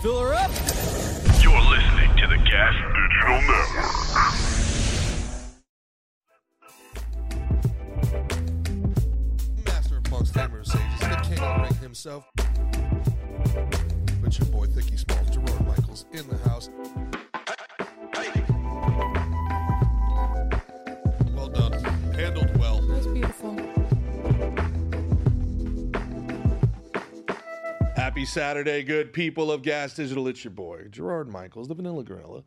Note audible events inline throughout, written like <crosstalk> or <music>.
Fill her up. You're listening to the Gas Digital Network. Master amongst tamers, sages, the king of ring himself. But your boy Thicky Smalls, Gerard Michaels, in the house. Well done. Handled well. That's beautiful. Happy Saturday, good people of Gas Digital. It's your boy, Gerard Michaels, the Vanilla Gorilla,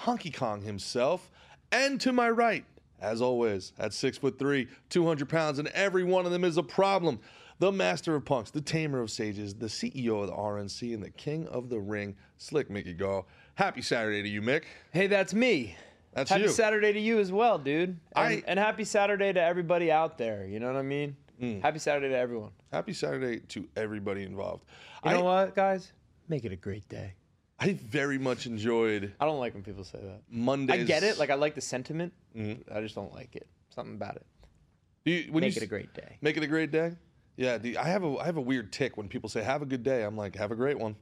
Honky Kong himself, and to my right, as always, at six foot three, 200 pounds, and every one of them is a problem. The master of punks, the tamer of sages, the CEO of the RNC, and the king of the ring, Slick Mickey Gall. Happy Saturday to you, Mick. Hey, that's me. That's happy you. Saturday to you as well, dude. And, I- and happy Saturday to everybody out there. You know what I mean? Mm. Happy Saturday to everyone. Happy Saturday to everybody involved. You I, know what, guys? Make it a great day. I very much enjoyed I don't like when people say that. Mondays. I get it. Like I like the sentiment. but I just don't like it. Something about it. Do you- Mm. when you Make it s- a great day. Make it a great day. Yeah, the, I have a I have a weird tick when people say "Have a good day." I'm like, "Have a great one."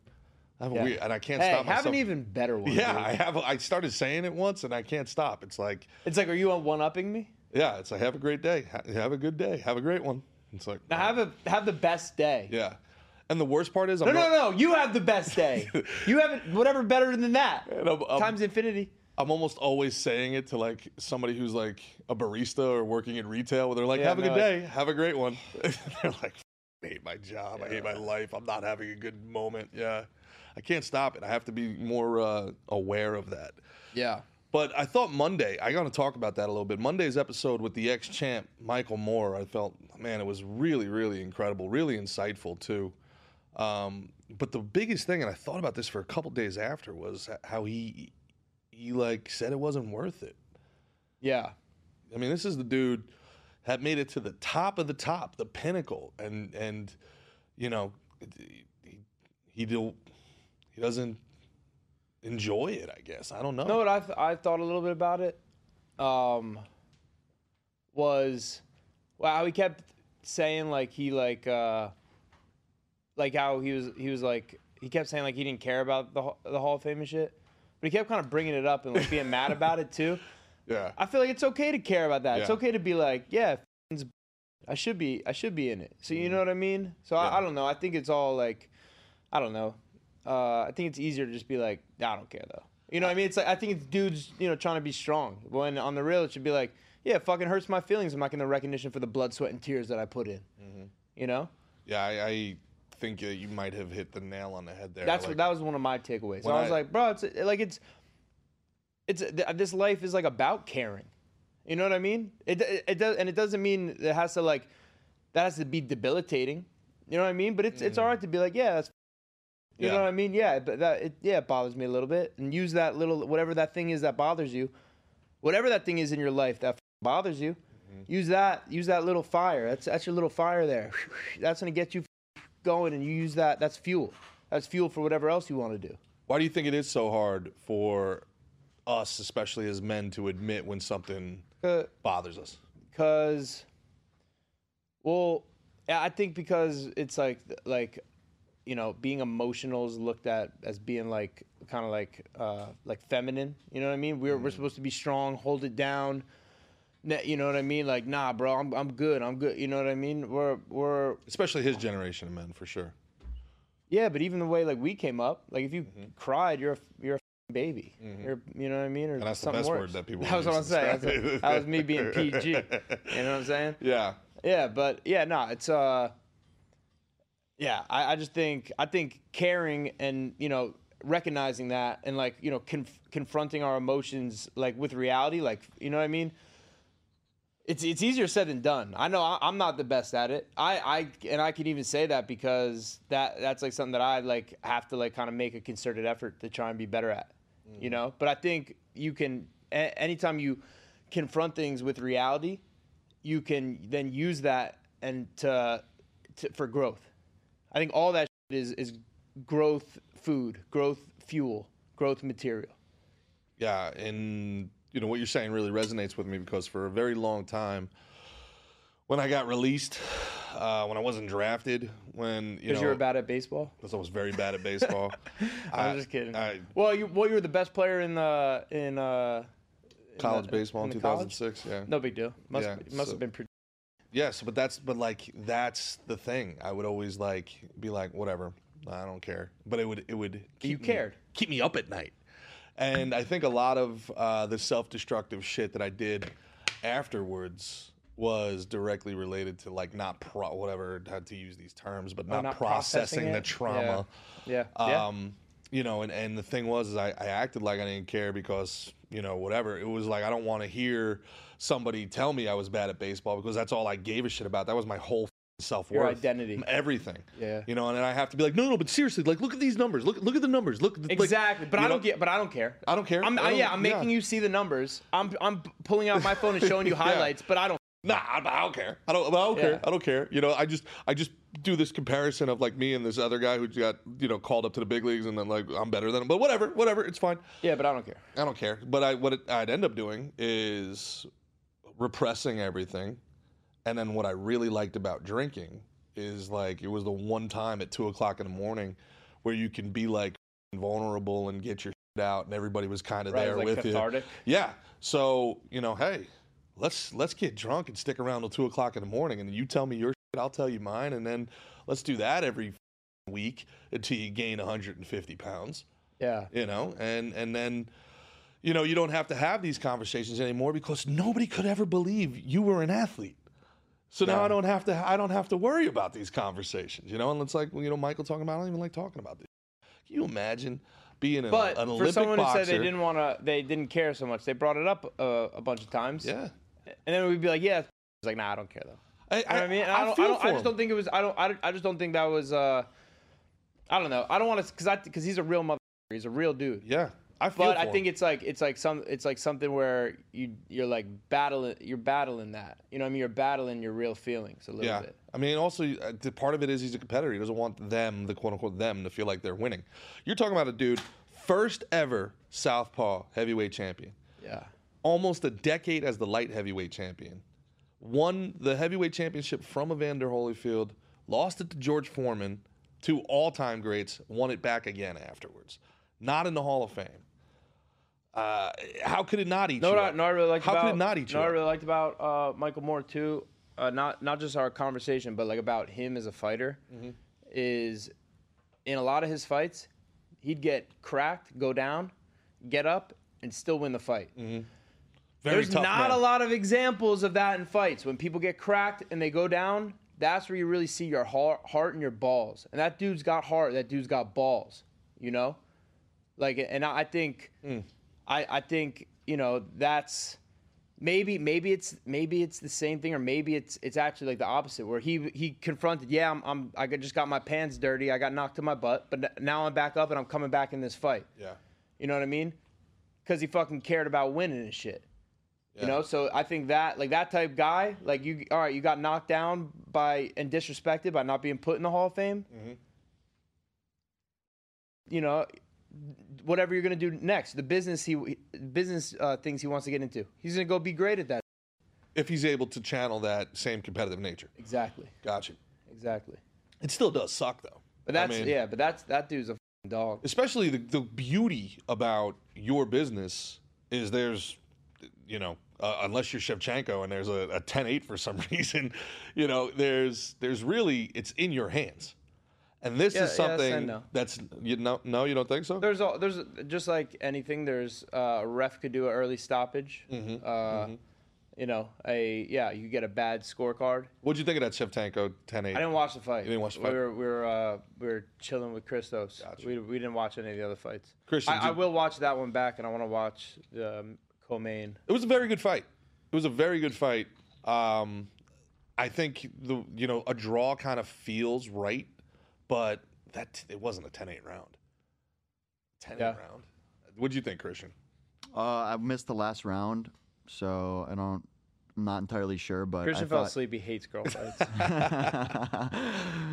I have a Yeah. weird, and I can't Hey, stop have myself. an even better one. <laughs> yeah, dude. I have. A, I started saying it once, and I can't stop. It's like, It's like, are you on one upping me? yeah, it's like, "Have a great day. Ha- have a good day. Have a great one." It's like, Now have a have the best day. yeah. And the worst part is, I'm No, no, not- no. You have the best <laughs> day. you have it, whatever better than that. And I'm- I'm- Times infinity. I'm almost always saying it to like somebody who's like a barista or working in retail, where they're like, Yeah, "Have a no, good like- day. Have a great one." <laughs> they're like, "I hate my job. I hate my life. I'm not having a good moment." Yeah, I can't stop it. I have to be more uh, aware of that. Yeah. But I thought Monday, I got to talk about that a little bit. Monday's episode with the ex champ, Michael Moore, I felt, man, it was really, really incredible, really insightful, too. Um, but the biggest thing, and I thought about this for a couple days after, was how he, he like said it wasn't worth it. Yeah. I mean, this is the dude that made it to the top of the top, the pinnacle, and and you know, he he, do, he doesn't enjoy it. I guess I don't know. You know what I th- I thought a little bit about it um, was wow he kept saying like he like uh, like how he was he was like he kept saying like he didn't care about the Hall- the Hall of Fame and shit, but he kept kind of bringing it up and like being mad about it too. yeah, I feel like it's okay to care about that. It's Yeah. okay to be like yeah, f***ing's b- I should be I should be in it. So you know what I mean? So Mm-hmm. Yeah. I, I don't know. I think it's all like I don't know. Uh, I think it's easier to just be like, "Nah, I don't care though. You know what I mean? It's like I think it's dudes, you know, trying to be strong. When on the real, it should be like, yeah, it fucking hurts my feelings. I'm not getting the recognition for the blood, sweat, and tears that I put in. Mm-hmm. You know, yeah. I, I think that you might have hit the nail on the head there. that's Like, what that was one of my takeaways. when I was I- like, bro, it's like it's it's th- this life is like about caring. You know what I mean? It it, it does, and it doesn't mean it has to like that has to be debilitating. You know what I mean? But it's it's Mm. all right to be like, yeah, that's You Yeah. know what I mean? Yeah, but that it, yeah, it bothers me a little bit. And use that little whatever that thing is that bothers you, whatever that thing is in your life that f- bothers you. Use that use that little fire. That's that's your little fire there. That's gonna get you f- going, and you use that. That's fuel. That's fuel for whatever else you want to do. Why do you think it is so hard for us, especially as men, to admit when something Uh, bothers us? because well yeah, i think because it's like like you know being emotional is looked at as being like kind of like uh like feminine you know what i mean we're, Mm-hmm. we're supposed to be strong hold it down Ne- you know what i mean like nah bro i'm, I'm good i'm good you know what i mean we're we're Especially his generation of men, for sure. yeah but even the way like we came up like if you Mm-hmm. cried you're a, you're a f***ing baby you're you know what i mean or And that's the something best worse. word that people <laughs> that was use what i'm to saying describe That's- it. that was me <laughs> being pg you know what i'm saying Yeah, yeah, but yeah, no, it's uh, yeah, I, I just think I think caring and you know recognizing that and like you know conf- confronting our emotions like with reality, like you know what I mean. It's it's easier said than done. I know I, I'm not the best at it. I I and I can even say that because that that's like something that I like have to like kind of make a concerted effort to try and be better at. You know, but I think you can a- anytime you confront things with reality you can then use that and to, to for growth. I think all that shit is is growth food, growth fuel, growth material. yeah. And you know what you're saying really resonates with me because for a very long time, when I got released, uh, when I wasn't drafted, when you know, Because you were bad at baseball. because I was very bad at baseball. <laughs> I'm I- just kidding. I- well, you well you were the best player in the in uh college the- baseball in in the college? 2006. Yeah. no big deal. Must Yeah, be- must so- have been pretty. Yes, but that's but like that's the thing. I would always like be like whatever. I don't care. But it would it would keep me- cared. keep me up at night. And I think a lot of uh, the self-destructive shit that I did afterwards was directly related to like not pro whatever how to use these terms, but not, Oh, not processing, processing the it? trauma. Yeah. yeah. Um, you know, and, and the thing was, is I, I acted like I didn't care because, you know, whatever. It was like, I don't want to hear somebody tell me I was bad at baseball because that's all I gave a shit about. That was my whole self worth. identity. Everything. Yeah. You know, and then I have to be like, no, no, but seriously, like, look at these numbers. Look, look at the numbers. Look. like- Exactly, but you I don't know, get. But I don't care. I don't care. I'm, I I- don't- yeah, I'm making yeah. you see the numbers. I'm I'm pulling out my phone and showing you <laughs> Yeah. highlights, but I don't. Nah, I, I don't care. I don't. I don't Yeah. care. I don't care. You know, I just, I just do this comparison of like me and this other guy who got, you know, called up to the big leagues, and then like I'm better than him. But whatever, whatever, it's fine. Yeah, but I don't care. I don't care. But I what it, I'd end up doing is repressing everything. And then what I really liked about drinking is like it was the one time at two o'clock in the morning where you can be like vulnerable and get your shit out, and everybody was kind of Right, it there was, like, with cathartic. you. Yeah. So you know, hey, let's let's get drunk and stick around till two o'clock in the morning, and you tell me your shit, I'll tell you mine, and then let's do that every week until you gain 150 pounds Yeah, you know and and then you know you don't have to have these conversations anymore because nobody could ever believe you were an athlete so now i don't have to i don't have to worry about these conversations you know and it's like well, you know michael talking about i don't even like talking about this can you imagine being an, but an for olympic someone boxer who said they didn't want to, they didn't care so much. They brought it up uh, a bunch of times. yeah and then we'd be like, yeah. It's like, nah, I don't care though. I, You know what I mean, And I, don't, feel I, don't, for I just him. don't think it was. I don't. I, don't- I just don't think that was. uh I don't know. I don't want to because I because he's a real mother. He's a real dude. yeah i feel But for I him. think it's like it's like some it's like something where you you're like battling you're battling that you know what I mean you're battling your real feelings a little yeah bit. i mean also uh, the part of it is he's a competitor he doesn't want them the quote-unquote them to feel like they're winning you're talking about a dude first ever southpaw heavyweight champion Yeah. almost a decade as the light heavyweight champion. Won the heavyweight championship from Evander Holyfield, lost it to George Foreman, two all time greats, won it back again afterwards. Not in the Hall of Fame. Uh, how could it not eat No, you what I, up? no, I really liked how about could it not eat you no, I up? really liked about uh, Michael Moore too. Uh, not not just our conversation, but like about him as a fighter. Mm-hmm. Is in a lot of his fights, he'd get cracked, go down, get up, and still win the fight. Very There's tough not man. a lot of examples of that in fights. When people get cracked and they go down, that's where you really see your heart, heart and your balls. And that dude's got heart. That dude's got balls. You know, like, and I I think, Mm. I, I think you know that's maybe maybe it's maybe it's the same thing or maybe it's it's actually like the opposite where he he confronted yeah I'm, I'm I got- just got my pants dirty I got knocked in my butt but n- now I'm back up and I'm coming back in this fight Yeah. you know what I mean? Because he fucking cared about winning and shit. Yeah. You know, so I think that like that type guy, like you, all right, you got knocked down by and disrespected by not being put in the Hall of Fame. Mm-hmm. You know, whatever you're gonna do next, the business he business uh, things he wants to get into, he's gonna go be great at that. If he's able to channel that same competitive nature. Exactly, Gotcha. exactly. It still does suck though. But that's I mean- yeah, but that's that dude's a fucking dog. especially the, the beauty about your business is there's you know uh, unless you're Shevchenko and there's a, a 10-8 for some <laughs> reason you know there's there's really it's in your hands and this Yeah, is yes and something no. that's you know no you don't think so There's all there's just like anything. There's uh, a ref could do an early stoppage. Mm-hmm. uh, You know, a yeah, you get a bad scorecard. what'd you think of that Shevchenko 10-8 I didn't watch the fight. You didn't watch the fight? We were we were, uh, we were chilling with Christos. We, we didn't watch any of the other fights. Christian, I, I did- will watch that one back, and I want to watch the um, co-main. it was a very good fight it was a very good fight um I think the you know a draw kind of feels right but that it wasn't a 10-8 round 10-8 Yeah. round what'd you think Christian Uh, I missed the last round, so I don't I'm not entirely sure, but Christian I fell thought, asleep. He hates <laughs> girl fights. I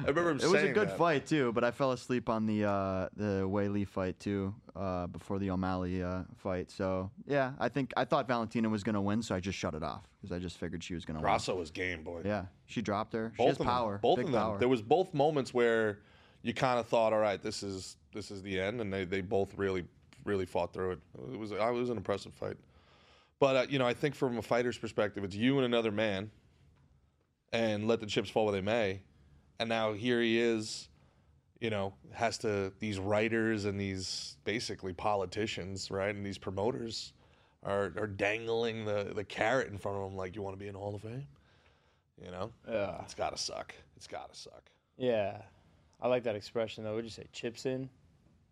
remember him It was a saying good that. fight too, but I fell asleep on the uh, the Wei Lee fight too uh, before the O'Malley uh, fight. So yeah, I think I thought Valentina was gonna win, so I just shut it off because I just figured she was gonna Grasso was game, boy. win. Yeah, she dropped her. she both has of them. power. Both big of them. Power. There was both moments where you kind of thought, all right, this is this is the end, and they, they both really really fought through it. It was I was an impressive fight, but uh, you know I think from a fighter's perspective, it's you and another man, and let the chips fall where they may, and now here he is. You know, has to these writers and these basically politicians, right, and these promoters are are dangling the the carrot in front of him, like you want to be in the Hall of Fame, you know. Ugh. It's gotta suck. It's gotta suck. Yeah, I like that expression though. Would you say chips in?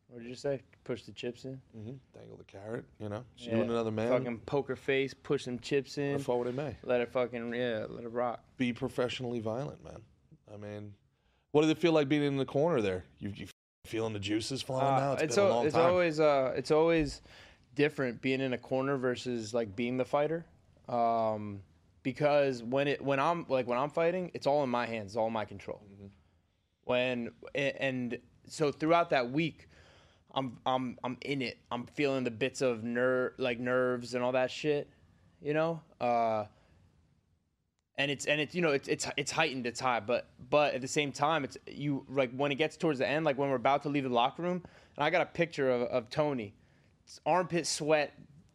What did you say? Push the chips in. Mm-hmm. Dangle the carrot, you know. She Yeah. and another man. Fucking poker face. Push some chips the in. fuck what it may. Let it fucking yeah. Let it rock. Be professionally violent, man. I mean, what did it feel like being in the corner there? You, you feeling the juices flowing Uh, now? it's been a al- long it's time. always uh it's always different being in a corner versus like being the fighter. Um, because when it when I'm like when I'm fighting, it's all in my hands. It's all in my control. When a- and so throughout that week, I'm I'm I'm in it. I'm feeling the bits of nerve like nerves and all that shit, you know. Uh, and it's and it's you know it's it's it's heightened, it's high, but but at the same time, it's you like when it gets towards the end, like when we're about to leave the locker room, and I got a picture of, of Tony, s- armpit sweat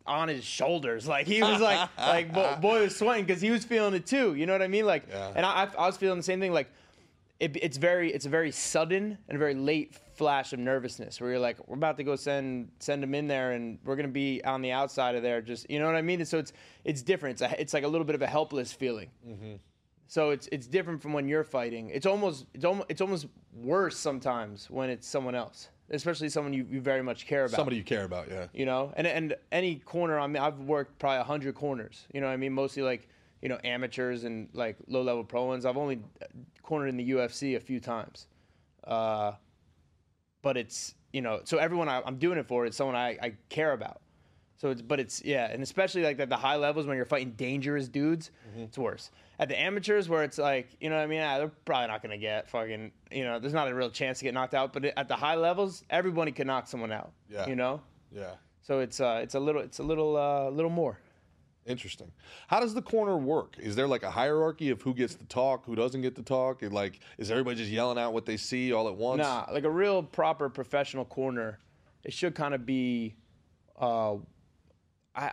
on his shoulders, like he was like like bo- boy was sweating because he was feeling it too. You know what I mean? Like, Yeah. and I I- I was feeling the same thing, like it, it's very it's a very sudden and a very late flash of nervousness where you're like we're about to go send send them in there and we're gonna be on the outside of there just you know what I mean and so it's it's different it's, a, it's like a little bit of a helpless feeling so it's it's different from when you're fighting it's almost it's almost it's almost worse sometimes when it's someone else especially someone you, you very much care about somebody you care about, yeah. you know and and any corner i mean i've worked probably 100 corners you know what i mean mostly like you know amateurs and like low level pro ones i've only uh, cornered in the ufc a few times uh, but it's you know so everyone I, i'm doing it for is someone I, I care about so it's but it's yeah and especially like at the high levels when you're fighting dangerous dudes Mm-hmm. it's worse at the amateurs where it's like you know what i mean ah, they're probably not gonna get fucking you know there's not a real chance to get knocked out but at the high levels everybody can knock someone out Yeah. you know Yeah. so it's uh, it's a little it's a little uh, little more. Interesting. How does the corner work? Is there like a hierarchy of who gets to talk, who doesn't get to talk? And like, is everybody just yelling out what they see all at once? Nah, like a real proper professional corner, it should kind of be, uh, I,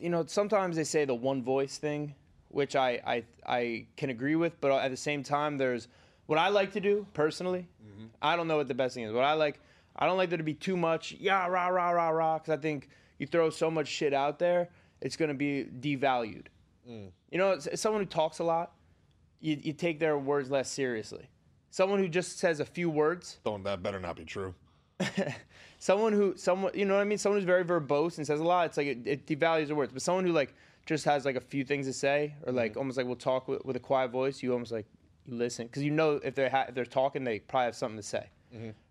you know, sometimes they say the one voice thing, which I I I can agree with, but at the same time, there's what I like to do personally. I don't know what the best thing is. What I like, I don't like there to be too much yeah rah rah rah rah because I think you throw so much shit out there, it's gonna be devalued. You know, it's, it's someone who talks a lot, you, you take their words less seriously. Someone who just says a few words, Don't, that better not be true. someone who someone you know what I mean, someone who's very verbose and says a lot, it's like it, it devalues their words. But someone who like just has like a few things to say, or like almost like will talk with, with a quiet voice, you almost like you listen because you know if they're ha- if they're talking, they probably have something to say,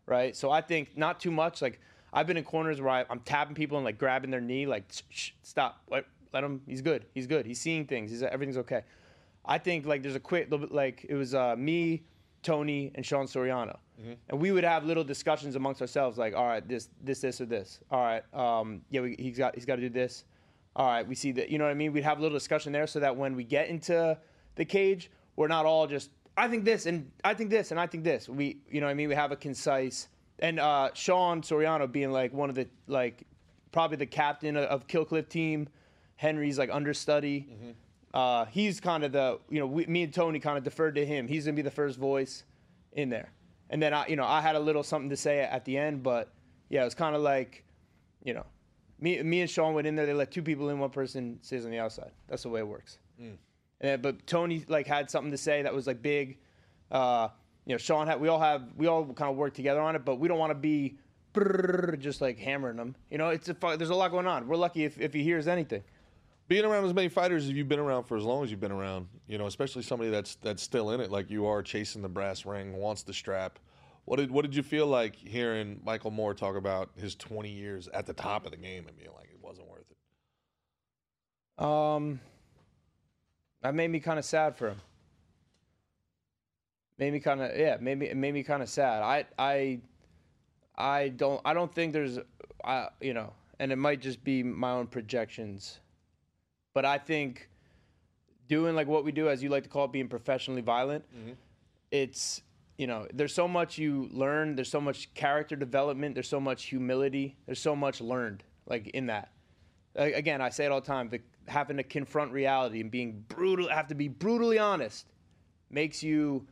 right? So I think not too much. Like I've been in corners where I, I'm tapping people and like grabbing their knee, like "Shh, shh, stop, let, let him. He's good. He's good. He's seeing things. He's everything's okay. I think like there's a quick little bit like it was uh, me, Tony, and Sean Soriano, and we would have little discussions amongst ourselves like, all right, this, this, this, or this. All right, um, yeah, we, he's got he's got to do this. All right, we see that. You know what I mean? We'd have a little discussion there so that when we get into the cage, we're not all just I think this and I think this and I think this. We you know what I mean? We have a concise and uh, Sean Soriano being like one of the like probably the captain of, of Killcliff team. Henry's like understudy. Uh, he's kind of the you know we, me and Tony kind of deferred to him. He's gonna be the first voice in there. And then I you know I had a little something to say at the end, but yeah, it was kind of like you know me me and Sean went in there. They let two people in, one person stays on the outside. That's the way it works. And then, but Tony like had something to say that was like big. Uh, you know, Sean had. We all have. We all kind of work together on it, but we don't want to be brrrr, just like hammering them. You know, it's a fu- there's a lot going on. We're lucky if, if he hears anything. being around as many fighters as you've been around for as long as you've been around, you know, especially somebody that's that's still in it like you are, chasing the brass ring, wants the strap. What did what did you feel like hearing Michael Moore talk about his 20 years at the top of the game and being like it wasn't worth it? Um, That made me kind of sad for him. Made me kind of yeah. Made me it made me kind of sad. I I I don't I don't think there's I you know, and it might just be my own projections, but I think doing like what we do, as you like to call it, being professionally violent. It's you know, there's so much you learn. There's so much character development. There's so much humility. There's so much learned like in that. A- Again, I say it all the time. The, having to confront reality and being brutal, have to be brutally honest, makes you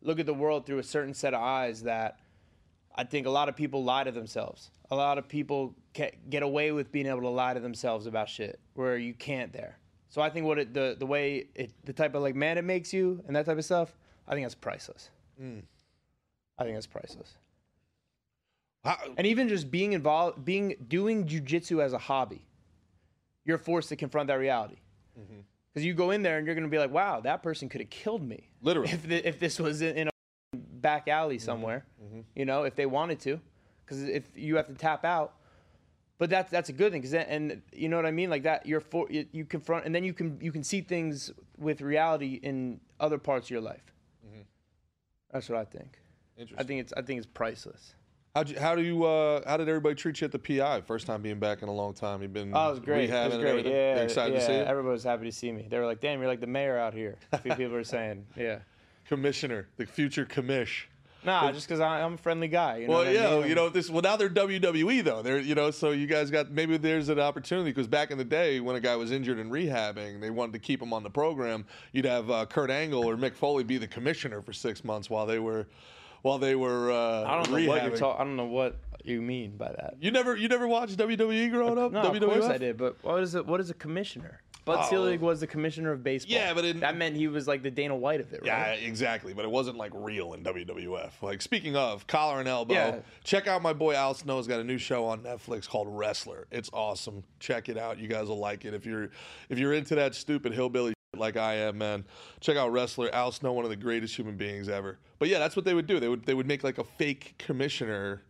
look at the world through a certain set of eyes that I think a lot of people lie to themselves. A lot of people ca get away with being able to lie to themselves about shit where you can't there. So I think what it, the the way it the type of like man it makes you and that type of stuff, I think that's priceless. I think that's priceless. How- And even just being involved, being doing jujitsu as a hobby, you're forced to confront that reality. Because you go in there and you're going to be like, "Wow, that person could have killed me." Literally. if, thi- if this was in, in a back alley somewhere, you know, if they wanted to, because if you have to tap out, but that's that's a good thing, because and you know what I mean, like that you're for you, you confront, and then you can you can see things with reality in other parts of your life. That's what I think. I Interesting. think it's I think it's priceless. How'd you, how do you? Uh, how did everybody treat you at the PI? First time being back in a long time. You've been Oh, it was great. rehabbing It was and great. everything. Yeah, They're excited yeah. to see you. Everybody was happy to see me. They were like, "Damn, you're like the mayor out here." A few people <laughs> were saying, "Yeah." Commissioner, the future commish. Nah, just because I'm a friendly guy. You know Well, what I yeah, mean? you know this. Well, now they're WWE though. They're you know, so you guys got maybe there's an opportunity because back in the day when a guy was injured and rehabbing, they wanted to keep him on the program. You'd have uh, Kurt Angle or Mick Foley be the commissioner for six months while they were, while they were. Uh, I don't know what you're rehabbing. talking. I don't know what you mean by that. You never, you never watched WWE growing up. No, WWF? of course I did. But what is it? What is a commissioner? Bud Oh. Selig was the commissioner of baseball. Yeah, but it- that meant he was like the Dana White of it, right? Yeah, exactly. But it wasn't like real in WWF. Like speaking of collar and elbow, Yeah. check out my boy Al Snow's got a new show on Netflix called Wrestler. It's awesome. Check it out. You guys will like it if you're if you're into that stupid hillbilly shit like I am, man. Check out Wrestler. Al Snow, one of the greatest human beings ever. But yeah, that's what they would do. They would they would make like a fake commissioner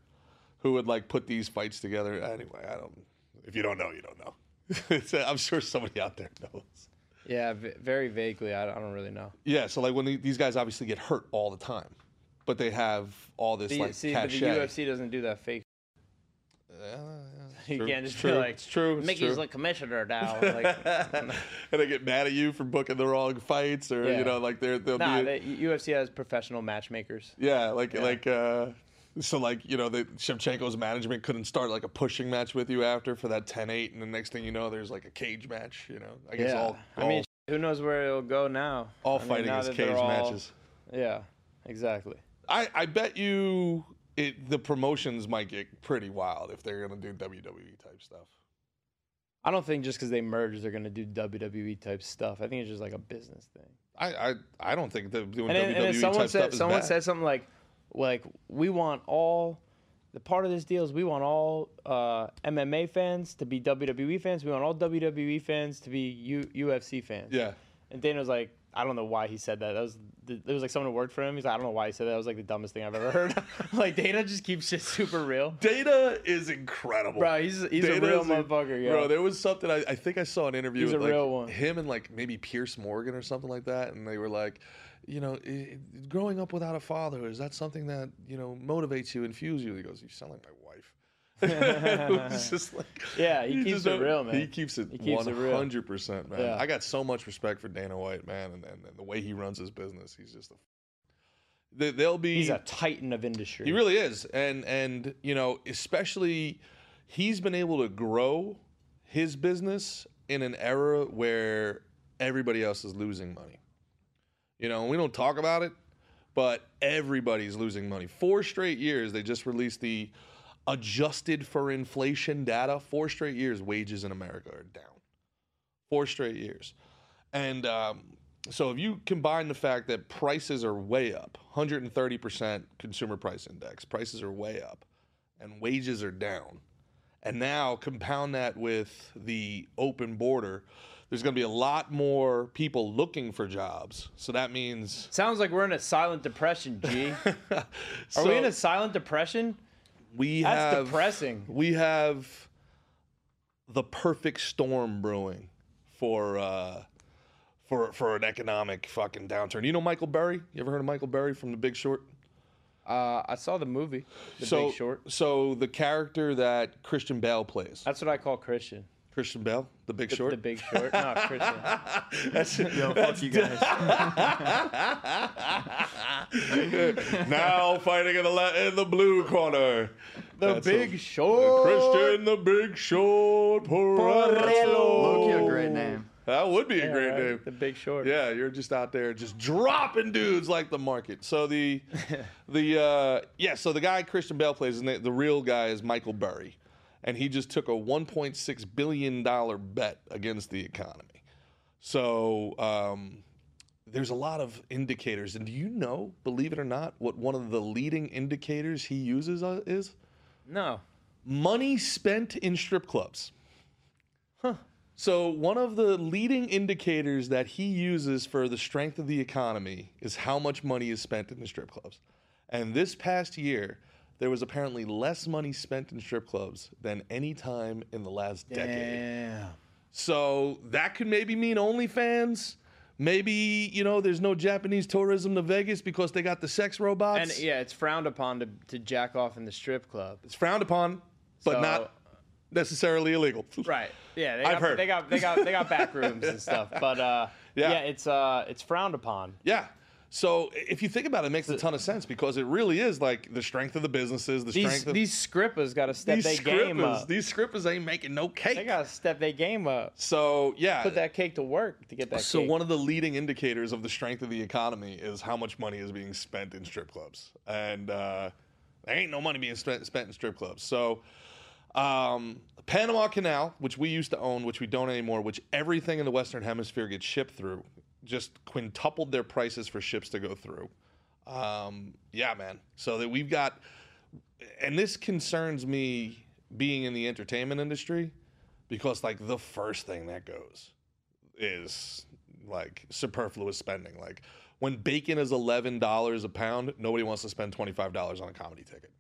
who would like put these fights together. Anyway, I don't. If you don't know, you don't know. <laughs> It's- I'm sure somebody out there knows. Yeah, v- very vaguely. I, I don't really know. Yeah, so like when the- these guys obviously get hurt all the time, but they have all this The- like see, but the cachet. UFC doesn't do that fake. <laughs> You can't just be like, it's true. It's Mickey's true. like commissioner <laughs> now. Like, <laughs> and they get mad at you for booking the wrong fights, or Yeah. you know, like they're they'll nah, be the UFC has professional matchmakers. yeah, like like uh, so like you know, the Shevchenko's management couldn't start like a pushing match with you after for that 10-8, and the next thing you know, there's like a cage match. You know, I guess all, all I mean, who knows where it'll go now? all I mean, fighting now is that they're cage all- matches. Yeah, exactly. I, I bet you it, the promotions might get pretty wild if they're gonna do WWE type stuff. I don't think just because they merge, they're gonna do WWE type stuff. I think it's just like a business thing. I I, I don't think that doing And, then- and WWE then someone E type stuff said is someone bad. said something like, like we want all the part of this deal is we want all uh, MMA fans to be WWE fans. We want all WWE fans to be U- UFC fans. yeah. And Dana was like, I don't know why he said that. That was the, it was like someone who worked for him. He's like, I don't know why he said that. That was like the dumbest thing I've ever heard. <laughs> like Dana just keeps shit super real. Data is incredible. Bro, he's- he's a Data real is motherfucker, yo. Bro, there was something I, I think I saw an interview He's with a like real one. him and like maybe Pierce Morgan or something like that, and they were like, you know, i- i growing up without a father is that something that you know motivates you, infuses you? He goes, you sound like my wife. <laughs> it was just like, <laughs> Yeah, he you keeps just it don't- real, man. He keeps it He keeps it real. 100%, man. Yeah. I got so much respect for Dana White, man, and, and, and the way he runs his business. He's just a. They, they'll be. He's a titan of industry. He really is, and and you know, especially he's been able to grow his business in an era where everybody else is losing money. You know, and we don't talk about it, but everybody's losing money. Four straight years, they just released the adjusted for inflation data. Four straight years, wages in America are down. Four straight years. And um, so if you combine the fact that prices are way up, 130% consumer price index, prices are way up, and wages are down. And now compound that with the open border, there's going to be a lot more people looking for jobs. So that means Sounds like we're in a silent depression, <laughs> G. <laughs> Are so we in a silent depression? we That's have- depressing. We have the perfect storm brewing for uh, for for an economic fucking downturn. You know Michael Berry? You ever heard of Michael Berry from The Big Short? Uh, I saw the movie, The so, Big Short. So the character that Christian Bale plays. That's what I call Christian. Christian Bale, The Big The- Short. <laughs> The Big Short. No, Christian. That's, <laughs> Yo, fuck you guys. now fighting in the la- in the blue corner. The That's Big a- Short. Christian the Big Short Porello. Loki, a great name. That would be a Yeah, great right? name. The Big Short. Yeah, you're just out there just dropping dudes like the market. So the the uh yeah, so the guy Christian Bale plays and the, the real guy is Michael Burry. And he just took a 1.6 billion dollar bet against the economy. So um there's a lot of indicators and do you know, believe it or not, what one of the leading indicators he uses uh, is? No. money spent in strip clubs. Huh. So one of the leading indicators that he uses for the strength of the economy is how much money is spent in the strip clubs. And this past year, there was apparently less money spent in strip clubs than any time in the last decade. Damn. So that could maybe mean OnlyFans. Maybe, you know, there's no Japanese tourism to Vegas because they got the sex robots. And yeah, it's frowned upon to, to jack off in the strip club. It's frowned upon, but So- not necessarily illegal. <laughs> Right. Yeah. They I've got, heard. They got they got they got back rooms and <laughs> stuff. But uh, Yeah. yeah. it's uh, it's frowned upon. Yeah. So i- if you think about it, it makes a ton of sense because it really is like the strength of the businesses, the These strength of these scrippers got to step these their game scrippers. up. These scrippers ain't making no cake. They got to step their game up. so yeah. Put that cake to work to get that. so cake. one of the leading indicators of the strength of the economy is how much money is being spent in strip clubs, and uh, there ain't no money being spent spent in strip clubs. So. Um, Panama Canal, which we used to own, which we don't anymore, which everything in the Western Hemisphere gets shipped through, just quintupled their prices for ships to go through. Um, yeah, man. So that we've got, and this concerns me being in the entertainment industry because, like, the first thing that goes is like superfluous spending. Like, when bacon is $11 a pound, nobody wants to spend $25 on a comedy ticket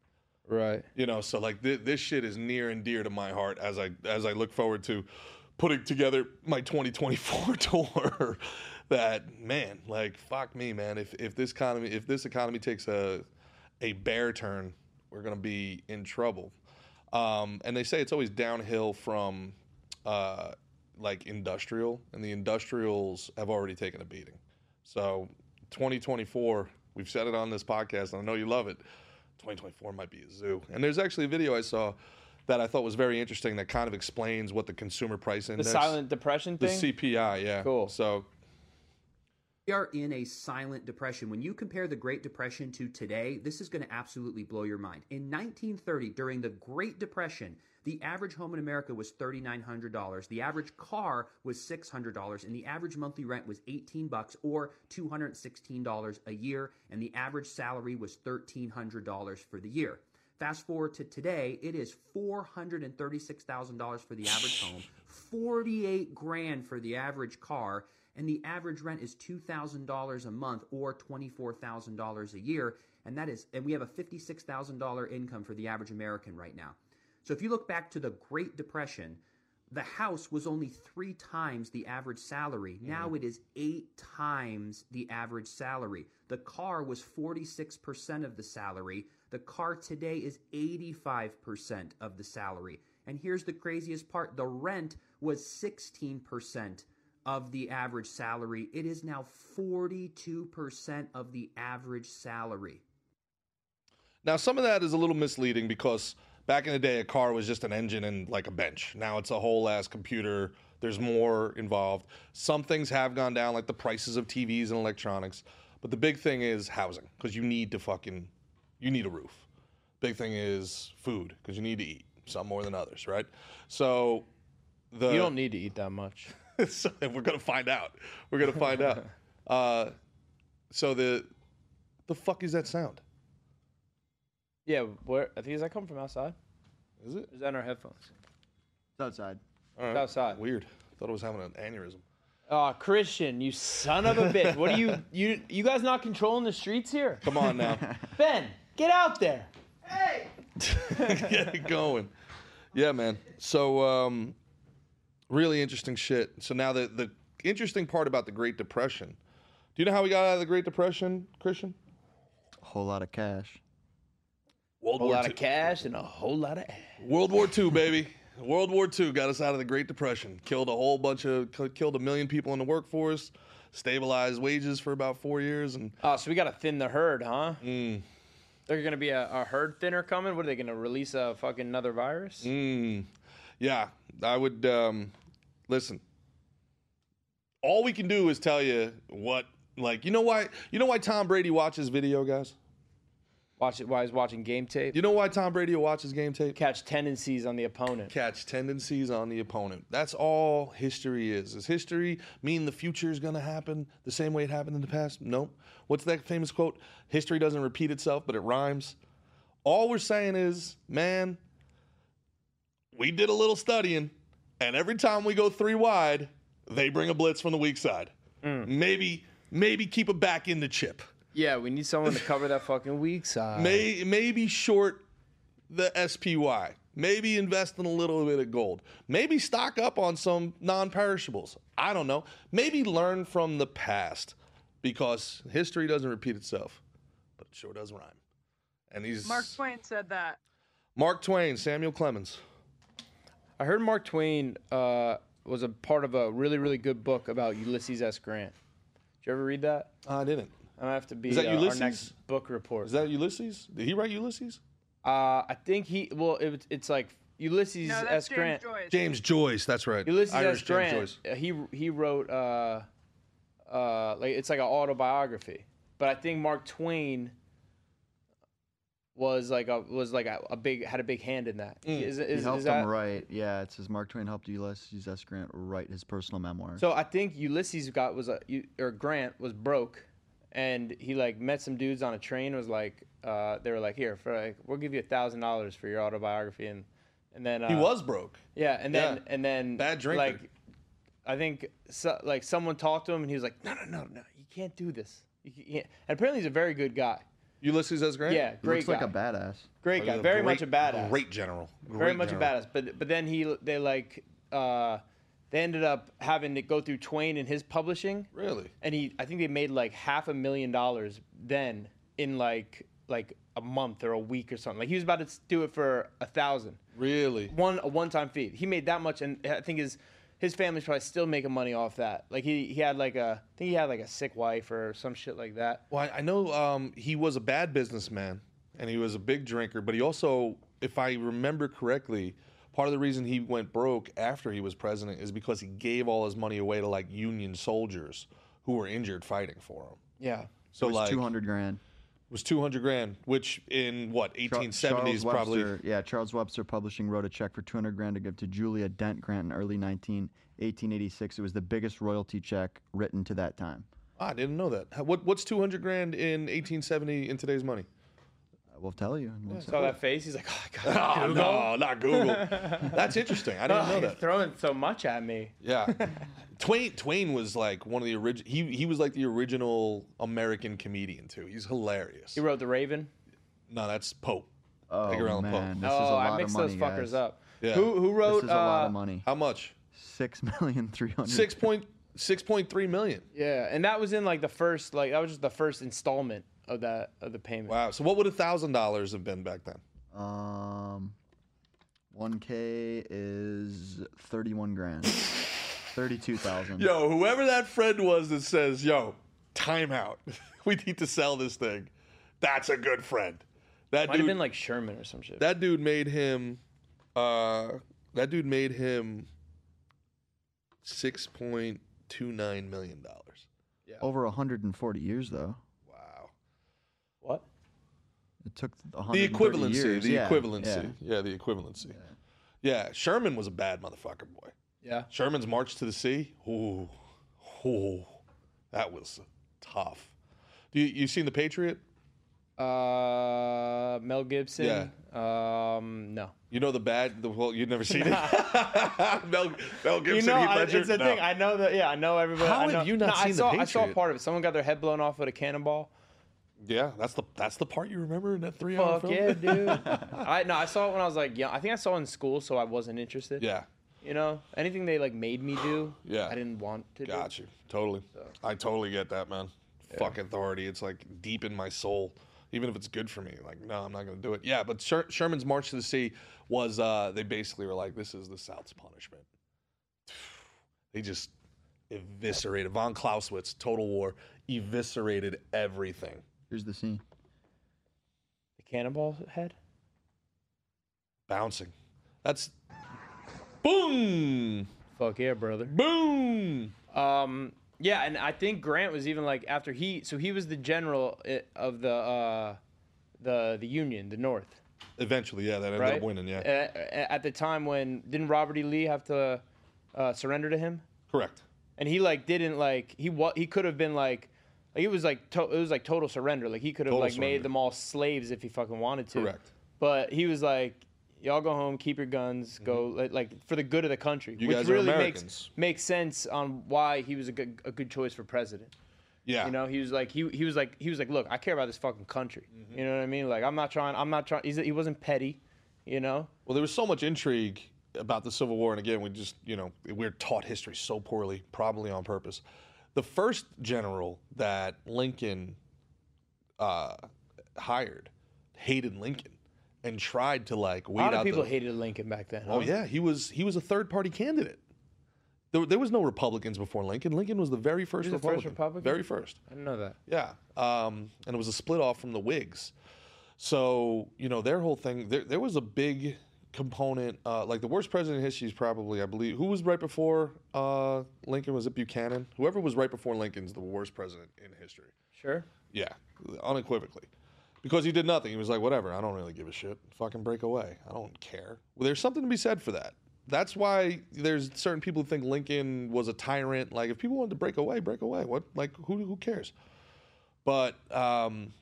right. you know so like th- this shit is near and dear to my heart as i as i look forward to putting together my 2024 <laughs> tour that man like fuck me man if if this economy if this economy takes a a bear turn we're gonna be in trouble um and they say it's always downhill from uh like industrial and the industrials have already taken a beating so 2024 we've said it on this podcast and i know you love it 2024 might be a zoo. And there's actually a video I saw that I thought was very interesting that kind of explains what the consumer price The index, silent depression the thing. CPI, yeah. Cool. So We are in a silent depression. When you compare the Great Depression to today, this is going to absolutely blow your mind. In 1930, during the Great Depression, the average home in America was $3,900. The average car was $600, and the average monthly rent was 18 bucks or $216 a year, and the average salary was $1,300 for the year. Fast forward to today, it is four hundred and thirty-six thousand dollars for the average home, forty-eight grand for the average car, and the average rent is two thousand dollars a month or twenty-four thousand dollars a year. And that is, and we have a fifty-six thousand dollar income for the average American right now. So if you look back to the Great Depression, the house was only three times the average salary. Now it is eight times the average salary. The car was 46% of the salary. The car today is 85% of the salary. And here's the craziest part the rent was 16% of the average salary. It is now 42% of the average salary. now some of that is a little misleading because back in the day a car was just an engine and like a bench. Now it's a whole ass computer. There's more involved. Some things have gone down like the prices of TVs and electronics, but the big thing is housing because you need to fucking you need a roof. Big thing is food because you need to eat some more than others, right? So the you don't need to eat that much. <laughs> so we're gonna find out. We're gonna find <laughs> out. Uh, so the the fuck is that sound? Yeah. Where? I think does that come from outside? Is it Is that in our headphones? It's outside. All right. outside. Weird. Thought it was having an aneurysm. Oh, Christian, you son of a bitch! What are you you you guys not controlling the streets here? Come on <laughs> now, <laughs> Ben, get out there. get it going. Yeah, man. So um, really interesting shit. So now the the interesting part about the Great Depression. Do you know how we got out of the Great Depression, Christian? A whole lot of cash. World whole lot of cash and a whole lot of ass. World War II, baby. World War II got us out of the Great Depression. Killed a whole bunch of, killed a million people in the workforce, stabilized wages for about four years, and Oh, so we gotta thin the herd, huh? Mm. There's gonna be a, a herd thinner coming. What are they gonna release a fucking another virus? Yeah, I would um, listen. All we can do is tell you what, like, you know why, you know why Tom Brady watches video, guys. Watch it while he's watching game tape. You know why Tom Brady watches game tape. Catch tendencies on the opponent. Catch tendencies on the opponent. That's all history is. Is history mean the future is going to happen the same way it happened in the past? Nope. What's that famous quote? History doesn't repeat itself, but it rhymes. All we're saying is, man, we did a little studying, and every time we go three wide, they bring a blitz from the weak side. Maybe, maybe keep a back in the chip. Yeah, we need someone to cover that fucking weak side. May maybe short the SPY. Maybe invest in a little bit of gold. Maybe stock up on some non-perishables. I don't know. Maybe learn from the past because history doesn't repeat itself, but it sure does rhyme. And he's Mark Twain said that. Mark Twain, Samuel Clemens. I heard Mark Twain uh, was a part of a really, really good book about Ulysses S. Grant. Did you ever read that? I didn't. I'm gonna have to be Is that uh, Ulysses? our next book report. Is that Ulysses? Did he write Ulysses? uh, I think he. Well, it, was- it's like Ulysses No, S. that's James Grant. Joyce. James Joyce. That's right. Ulysses Irish S. James Grant. Joyce. uh, He he wrote uh, uh, like it's like an autobiography, but I think Mark Twain was like a was like a, a big had a big hand in that. Mm. Is- He is- is helped that- him write. Yeah, it says Mark Twain helped Ulysses S. Grant write his personal memoir. So I think Ulysses got was a U- or Grant was broke, and he like met some dudes on a train. Was like, uh, they were like, here for like, we'll give you a thousand dollars for your autobiography, and and then uh, He was broke. yeah, and then yeah. and then Bad drinker. Like, I think so, like someone talked to him, and he was like, no, no, no, no, you can't do this. You can't. And apparently, he's a very good guy. Ulysses S. Grant. Yeah, he great looks guy. like a badass. Great guy. Very much a badass Great general. very Great much general. a badass. But but then he they like uh, they ended up having to go through Twain and his publishing, Really? and he I think they made like half a million dollars then in like like a month or a week or something. Like he was about to do it for a thousand Really? one a one time fee. He made that much, and I think his his family's probably still making money off that. Like he he had like a I think he had like a sick wife or some shit like that. Well, I- I know um, he was a bad businessman and he was a big drinker, but he also, if I remember correctly, part of the reason he went broke after he was president is because he gave all his money away to like Union soldiers who were injured fighting for him. Yeah. So It was like two hundred grand. was 200 grand, which in what Char- 1870s Charles probably. Webster, yeah, Charles Webster Publishing wrote a check for 200 grand to give to Julia Dent Grant in early 19, 1886. It was the biggest royalty check written to that time. Ah, I didn't know that. How- What what's 200 grand in 1870 in today's <laughs> money? I will tell you. in one second. Saw that face. He's like, oh my god, Oh, <laughs> no, not <laughs> Google. That's interesting. I didn't know you're that. throwing so much at me. <laughs> Yeah. Twain Twain was like one of the original he he was like the original American comedian too. He's hilarious. He wrote the Raven. No, that's Pope. Oh Edgar Allan Poe. man, this is a oh, lot I mixed of money, those fuckers guys. up. Yeah. Who who This wrote? is a lot uh, of money. How much? Six million three hundred. Six point six point three million. Yeah, and that was in like the first like that was just the first installment of that of the payment. Wow. So what would a thousand dollars have been back then? Um, one k is thirty-one grand. Thirty-two thousand. Yo, whoever that friend was that says, yo, timeout. <laughs> we need to sell this thing. That's a good friend. That Might dude have been like Sherman or some shit. that dude made him uh that dude made him six point two nine million dollars. Over hundred and forty years though. Wow. what? It took the 130 equivalency, years. the yeah, yeah. equivalency, yeah. the equivalency. Yeah. Sherman was a bad motherfucker, boy. Yeah. Sherman's March to the Sea, ooh, ooh, that was tough. You you seen the Patriot? Uh, Mel Gibson. Yeah. Um, no. You know the bad, the, well, you've never seen it. <laughs> <laughs> Mel, Mel Gibson, You know, Heath I, Ledger? it's the No. thing. I know that. Yeah, I know everybody. How I know, have you not no, I seen The saw, I saw Patriot? part of it. Someone got their head blown off with a cannonball. yeah, that's the that's the part you remember in that three hour <laughs> Fuck film. <laughs> yeah, dude. I no, I saw it when I was like young. I think I saw it in school, so I wasn't interested. Yeah. You know, anything they like made me do, Yeah. I didn't want to. do. Got you. Totally. I totally get that, man. Fuck authority. It's like deep in my soul. Even if it's good for me, like no, I'm not gonna do it. Yeah, but Sher- Sherman's March to the Sea was uh, they basically were like, this is the South's punishment. They just eviscerated von Clausewitz, Total War, eviscerated everything. Here's the scene. The cannonball head. Bouncing. That's boom, Fuck yeah, brother. boom. Um, yeah, and I think Grant was even like after he, so he was the general i- of the uh, the the Union, the North, Eventually, yeah, that ended right? up winning. Yeah, A- a- at the time when didn't Robert E. Lee have to uh, surrender to him? correct. and he like didn't like he what he could have been like like it was like to, it was like total surrender like he could have Total like surrender. made them all slaves if he fucking wanted to Correct. but he was like y'all go home keep your guns go li- like for the good of the country Mm-hmm. You which guys are really Americans. makes makes sense on why he was a good a good choice for president Yeah, you know he was like he he was like he was like look I care about this fucking country Mm-hmm. you know what I mean like I'm not trying I'm not trying he's, he wasn't petty you know Well, there was so much intrigue about the Civil War, and again, we just, you know, we're taught history so poorly, probably on purpose. The first general that Lincoln uh, hired hated Lincoln and tried to like wait a lot out of people the, hated Lincoln back then Oh huh? yeah, he was he was a third party candidate. There, there was no Republicans before Lincoln. Lincoln was the very first was the Republican. first Republican? Very first. I didn't know that Yeah, um, and it was a split off from the Whigs. So you know their whole thing. There, there was a big component. Uh, like the worst president in history is probably, I believe, who was right before uh, Lincoln? Was it Buchanan? Whoever was right before Lincoln's the worst president in history. sure Yeah, unequivocally. Because he did nothing. He was like, whatever, I don't really give a shit. Fucking break away. I don't care. Well, there's something to be said for that. That's why there's certain people who think Lincoln was a tyrant. Like, if people wanted to break away, break away. What? Like, who, who cares? But, um,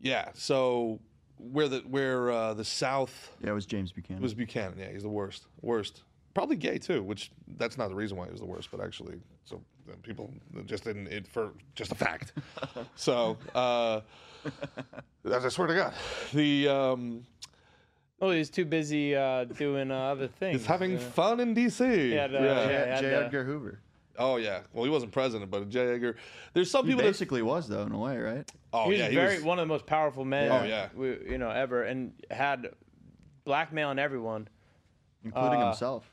yeah, so where the, where, uh, the South Yeah, it was James Buchanan. it was Buchanan. Yeah, he's the worst. Worst. Probably gay too, which that's not the reason why he was the worst, but actually, so uh, people just didn't it for just a <laughs> fact. so, uh, as I swear to God, the um, Oh, he's too busy uh, doing <laughs> uh, other things. he's having uh, fun in D.C. Yeah, the- yeah. J. and, J. uh, Edgar Hoover. Oh yeah. Well, he wasn't president, but J. Edgar. There's some He people that. basically was though, in a way, right? Oh he was yeah. very one of the most powerful men. Oh, yeah. we, you know ever and had blackmail on everyone. Including Uh, himself.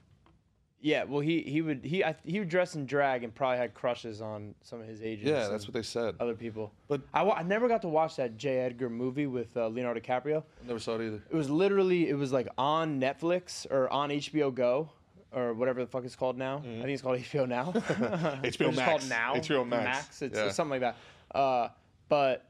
Yeah, well he he would he I, he would dress in drag and probably had crushes on some of his agents. yeah, that's and what they said. other people. But- I, wa- I never got to watch that J. Edgar movie with uh, Leonardo DiCaprio. Never saw it either. It was literally it was like on Netflix or on HBO Go or whatever the fuck it's called now. I think it's called HBO Now. Mm-hmm. <laughs> It's It's called Now. HBO Max. It's Yeah. it's something like that. Uh, but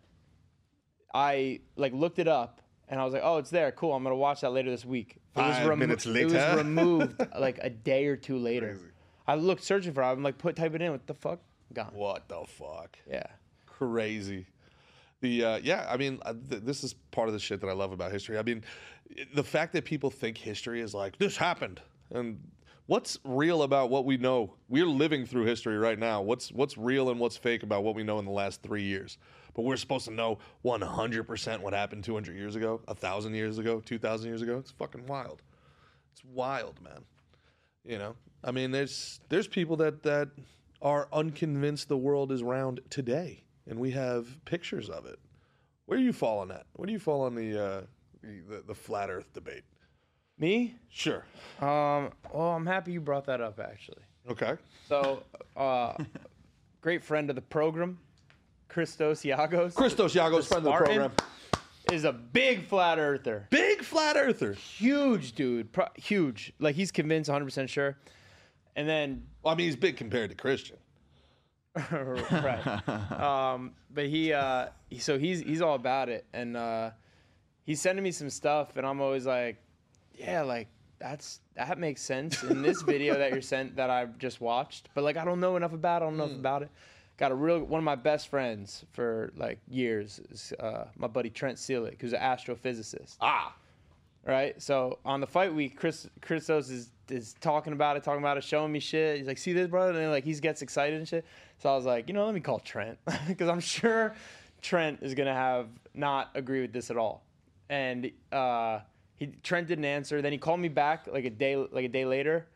I like looked it up and I was like, oh, it's there. Cool. I'm gonna watch that later this week. It was Five minutes It later. was removed <laughs> like a day or two later. I looked searching for it. I'm like, put type it in. What the fuck? Gone. What the fuck? Yeah. crazy. The uh, yeah, I mean, uh, th- this is part of the shit that I love about history. I mean, i- the fact that people think history is like this happened, and what's real about what we know? We're living through history right now. What's what's real and what's fake about what we know in the last three years? But we're supposed to know 100% what happened 200 years ago, 1,000 years ago, 2,000 years ago. It's fucking wild. It's wild, man. You know, I mean, there's there's people that that are unconvinced the world is round today, and we have pictures of it. Where do you fall on that? Where do you fall on the uh, the, the- the flat Earth debate? Me? Sure. Um. Well, I'm happy you brought that up actually. Okay. So, uh, great friend of the program, Christos Yagos. Christos Yagos, friend of the Spartan program, is a big flat earther. big flat Earther. Huge dude, Pro- huge. Like he's convinced 100% sure. And then Well, I mean, he's big compared to <laughs> Christian. right. Um, but he, uh, he- so he's he's all about it, and uh, he's sending me some stuff, and I'm always like, yeah, like that's that makes sense in this video that you're sent that I just watched, but like I don't know enough about, it, I don't know enough about it. Got a real one of my best friends for like years is uh, my buddy Trent Seelick, who's an astrophysicist Ah, right? So on the fight week, Chris Christos is is talking about it, talking about it, showing me shit. He's like, "See this, brother?" And then, like he gets excited and shit. So I was like, you know, let me call Trent <laughs> because I'm sure Trent is gonna have not agree with this at all. And uh, he Trent didn't answer. Then he called me back like a day like a day later,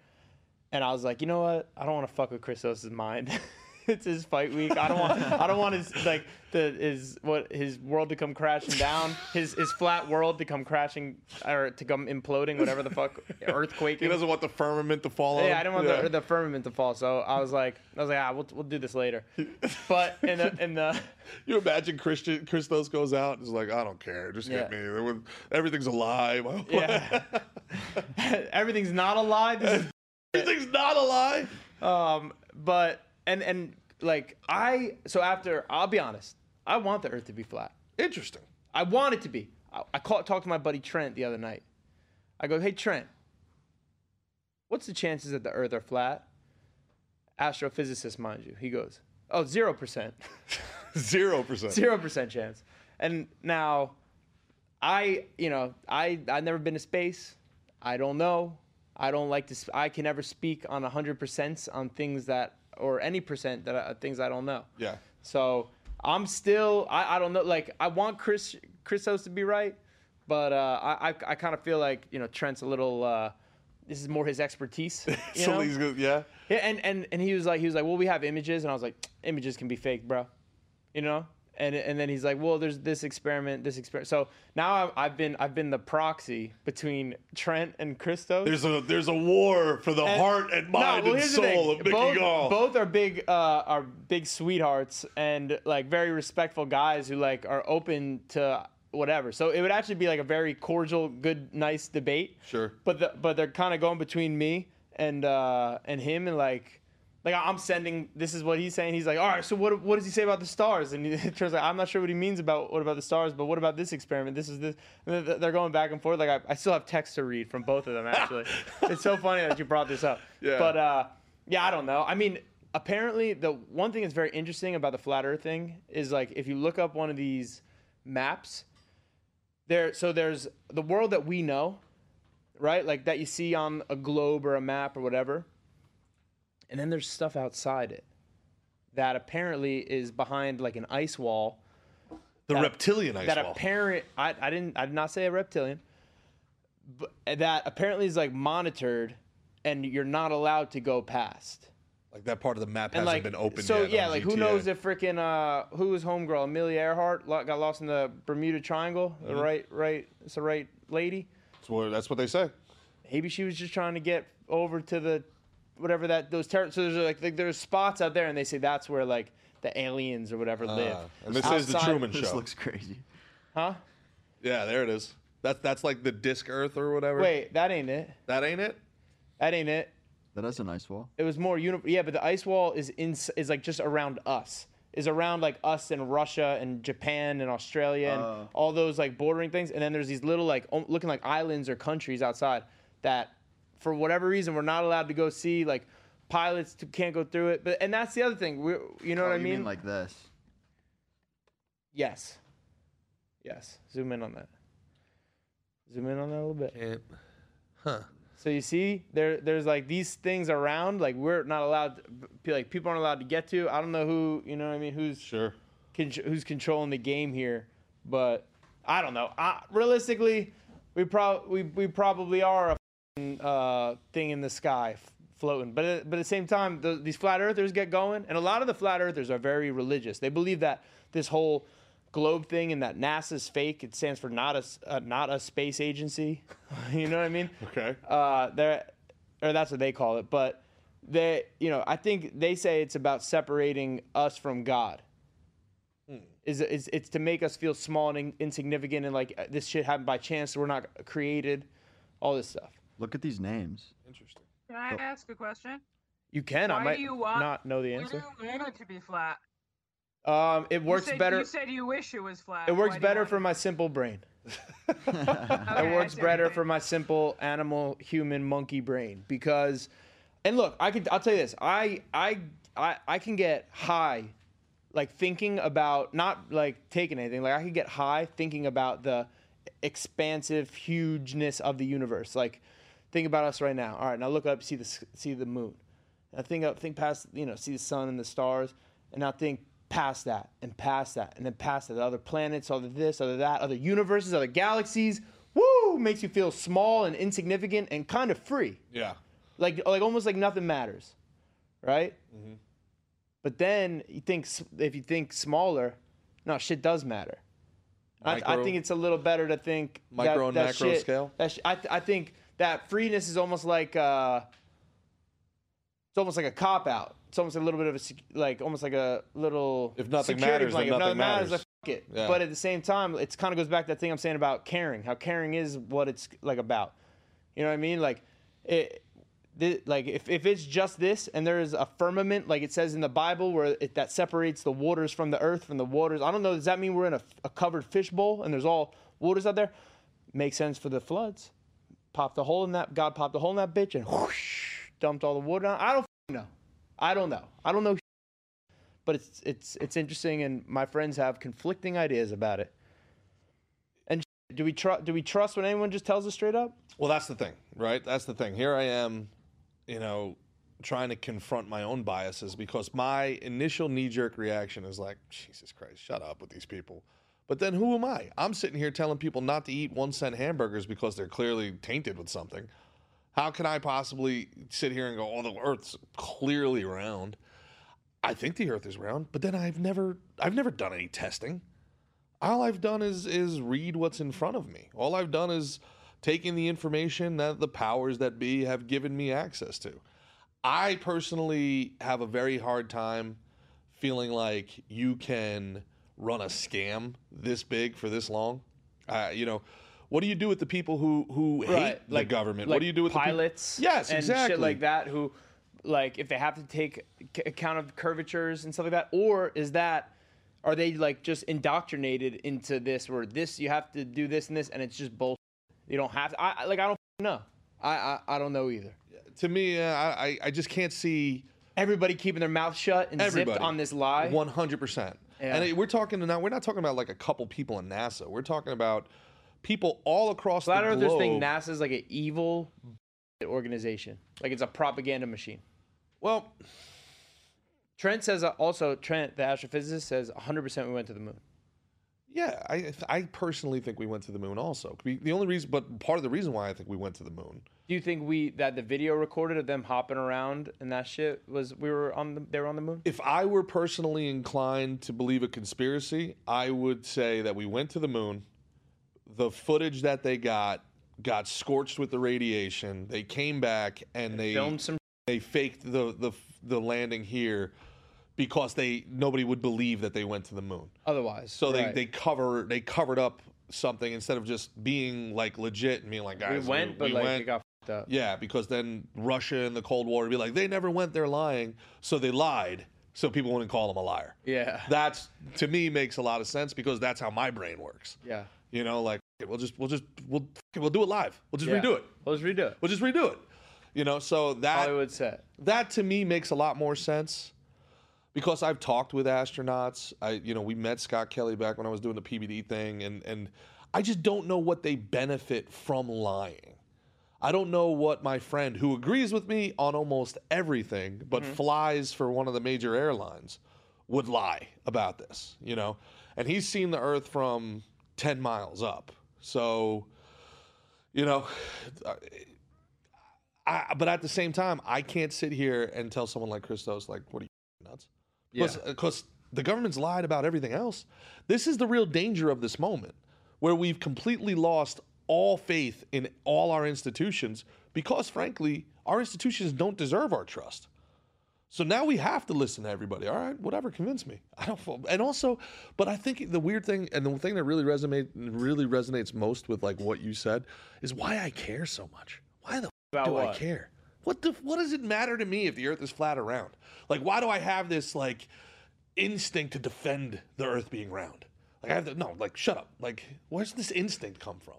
and I was like, you know what? I don't want to fuck with Chrisos's mind. <laughs> it's his fight week. I don't want. I don't want his like the his what his world to come crashing down. His his flat world to come crashing or to come imploding, whatever <laughs> the fuck, earthquaking. He doesn't want the firmament to fall. on Yeah, him. I didn't want Yeah. The, the firmament to fall, so I was like, I was like, ah, we'll, we'll do this <laughs> later. But in the in the <laughs> You imagine Christian Christos goes out and is like, I don't care, just hit Yeah. me. There was- Everything's alive. <laughs> yeah, everything's not alive. This is Everything's not alive. Um, but and and like I so after I'll be honest, I want the Earth to be flat. Interesting. I want it to be. I, I call, talked to my buddy Trent the other night. I go, hey Trent, what's the chances that the Earth are flat? Astrophysicist, mind you. He goes, oh zero percent, Zero percent. zero percent chance. And now, I you know I I've never been to space. I don't know. I don't like to. Sp- I can never speak on hundred percent on things that or any percent that I, things I don't know. Yeah. So I'm still. I, I don't know. Like I want Chris Chrisos to be right, but uh, I I, I kind of feel like you know Trent's a little. Uh, this is more <laughs> his expertise. You So know? he's good. Yeah. Yeah, and, and and he was like he was like, well, we have images, and I was like, images can be fake, bro, you know. And and then he's like, well, there's this experiment, this experiment. So now I've, I've been I've been the proxy between Trent and Christos. There's a there's a war for the And- heart and No, mind well, and here's the soul thing. of Mickey both, Gall. Both are big, uh, are big sweethearts and like very respectful guys who like are open to whatever. So it would actually be like a very cordial, good, nice debate. Sure. But the, but they're kind of going between me and uh, and him and like. Like I'm sending. This is what he's saying. He's like, all right. So what? What does he say about the stars? And it turns out I'm not sure what he <laughs> means about what about the stars. But what about this experiment? This is this. And they're- they're going back and forth. Like I, I still have text to read from both of them. Actually, it's so funny that you brought this up. Yeah. But uh, yeah, I don't know. I mean, apparently the one thing that's very interesting about the flat Earth thing is like if you look up one of these maps, there. So there's the world that we know, right? Like that you see on a globe or a map or whatever. And then there's stuff outside it that apparently is behind like an ice wall the reptilian ice that wall. apparent I, I didn't I did not say a reptilian, but eh, that apparently is like monitored, and you're not allowed to go past. like that part of the map hasn't And like been opened so yet. yeah, on like GTA. who knows if freaking uh who was homegirl Amelia Earhart lo- got lost in the Bermuda Triangle? Mm-hmm. The right, right, it's the right lady. That's what, that's what they say. Maybe she was just trying to get over to the whatever that those terror. So there's like, like there's spots out there, and they say that's where like the aliens or whatever live. Ah, Uh, and this is the Outside- Truman This Show. looks crazy. Huh? yeah, there it is. That's that's like the disc Earth or whatever. Wait, that ain't it. that ain't it. That ain't it. That is a nice wall. It was more uni- Yeah, but the ice wall is in is like just around us. Is around like us and Russia and Japan and Australia and Ah. all those like bordering things. And then there's these little like om- looking like islands or countries outside that, for whatever reason, we're not allowed to go see. Like pilots t- can't go through it. But and that's the other thing. We, you know Oh, what I you mean? like this? yes, yes. Zoom in on that. Zoom in on that a little bit. Huh. So you see, there there's like these things around, like we're not allowed, to, be- like people aren't allowed to get to. I don't know who, you know what I mean? Who's Sure. con- who's controlling the game here? But I don't know. I, realistically, we prob we, we probably are a f***ing, uh, thing in the sky f- floating. But at, but at the same time, the, these flat earthers get going, and a lot of the flat earthers are very religious. They believe that this whole globe thing and that NASA's fake. It stands for not a s- uh, not a space agency. <laughs> you know what I mean? Okay. uh, they're, or that's what they call it. But they, you know, I think they say it's about separating us from God. Is it's, it's to make us feel small and in- insignificant and like uh, this shit happened by chance. We're not created, all this stuff. Look at these names. Interesting. Can I ask a question? You can. I Why do might you want- not know Oh. the Why answer. do you want it to be flat? Um, it You works said- better. You said you wish it was flat. It works Why do you better want for my simple brain. <laughs> <laughs> Okay, it I works see what better you're for my simple animal human monkey brain because and look i could i'll tell you this i i i, I can get high like thinking about not like taking anything like i could get high thinking about the expansive hugeness of the universe like think about us right now all right now look up see the s- see the moon and I think I think past you know see the sun and the stars, and I think past that and past that and then past that the other planets, other this, other that, other universes, other galaxies. Woo! Makes you feel small and insignificant and kind of free. Yeah. like like almost like nothing matters, right? But then you think s- if you think smaller, no shit does matter. I, I Micro- think it's a little better to think that- Micro and that macro shit- scale? That sh- I th- I think that freeness is almost like uh, it's almost like a cop out. It's almost a little bit of a sec- like almost like a little If nothing security matters, then blanket. If nothing matters, matters. like, fuck it. Yeah. But at the same time, it's kind of goes back to that thing I'm saying about caring. How caring is what it's like about. You know what I mean? Like it. thi- like if, if it's just this and there is a firmament like it says in the bible where it, that separates the waters from the earth from the waters i don't know does that mean we're in a, f- a covered fishbowl and there's all waters out there makes sense for the floods popped a hole in that god popped a hole in that bitch and whoosh, dumped all the water down i don't f***ing know i don't know i don't know but it's it's it's interesting and my friends have conflicting ideas about it and do we trust do we trust when anyone just tells us straight up Well, that's the thing, right? That's the thing. Here I am, you know, trying to confront my own biases because my initial knee jerk reaction is like, Jesus Christ, shut up with these people. But then who am I? I'm sitting here telling people not to eat one cent hamburgers because they're clearly tainted with something. How can I possibly sit here and go, oh, the earth's clearly round? I think the earth is round, but then I've never I've never done any testing all I've done is is read what's in front of me. All I've done is taken the information that the powers that be have given me access to. I personally have a very hard time feeling like you can run a scam this big for this long. Uh, you know, what do you do with the people who who hate the government? what like do you do with the peop- pilots? yes, and exactly. shit like that. Who, like, if they have to take c- account of curvatures and stuff like that, or is that are they like just indoctrinated into this? Where this you have to do this and this, and it's just bullshit. You don't have to. I I- like. I don't know. I I, I don't know either. To me, uh, I I just can't see. Everybody keeping their mouth shut and zipped on this lie. One hundred percent. Yeah. And it- we're talking now. We're not talking about like a couple people in NASA. We're talking about people all across Flat the earthers globe. think NASA's like an evil organization. Like it's a propaganda machine. well, Trent says uh, also Trent, the astrophysicist, says 100% we went to the moon. yeah. I I personally think we went to the moon. Also, We- the only reason, but part of the reason why I think we went to the moon. Do you think we that the video recorded of them hopping around and that shit was we were on the they were on the moon? If I were personally inclined to believe a conspiracy, I would say that we went to the moon. The footage that they got got scorched with the radiation. They came back and, they Filmed some they faked the the the landing here because they nobody would believe that they went to the moon. otherwise. So they, right. they cover they covered up something instead of just being like legit and being like we guys went, but we like went." it got fucked up. yeah because then Russia and the Cold War would be like they never went they're lying so they lied so people wouldn't call them a liar. Yeah. That's to me makes a lot of sense because that's how my brain works. yeah. You know like we'll just we'll just we'll we'll do it live. We'll just Yeah. redo it. Let's redo it. We'll just redo it. You know so that Hollywood set. that to me makes a lot more sense because I've talked with astronauts. I, you know, we met Scott Kelly back when I was doing the PBD thing, and and I just don't know what they benefit from lying. I don't know what my friend who agrees with me on almost everything, but flies for one of the major airlines, would lie about this. You know, and he's seen the Earth from ten miles up, so. You know, I, but at the same time, I can't sit here and tell someone like Christos, like, what are you nuts? Because the government's lied about everything else. This is the real danger of this moment where we've completely lost all faith in all our institutions because, frankly, our institutions don't deserve our trust. So now we have to listen to everybody. All right, whatever, convince me. I don't. feel- And also, but I think the weird thing, and the thing that really resonate, really resonates most with like what you said, is why I care so much. Why the About do I what? care? What the? What does it matter to me if the Earth is flat or round? Like, why do I have this like instinct to defend the Earth being round? Like, I have to, no. Like, shut up. Like, where's this instinct come from?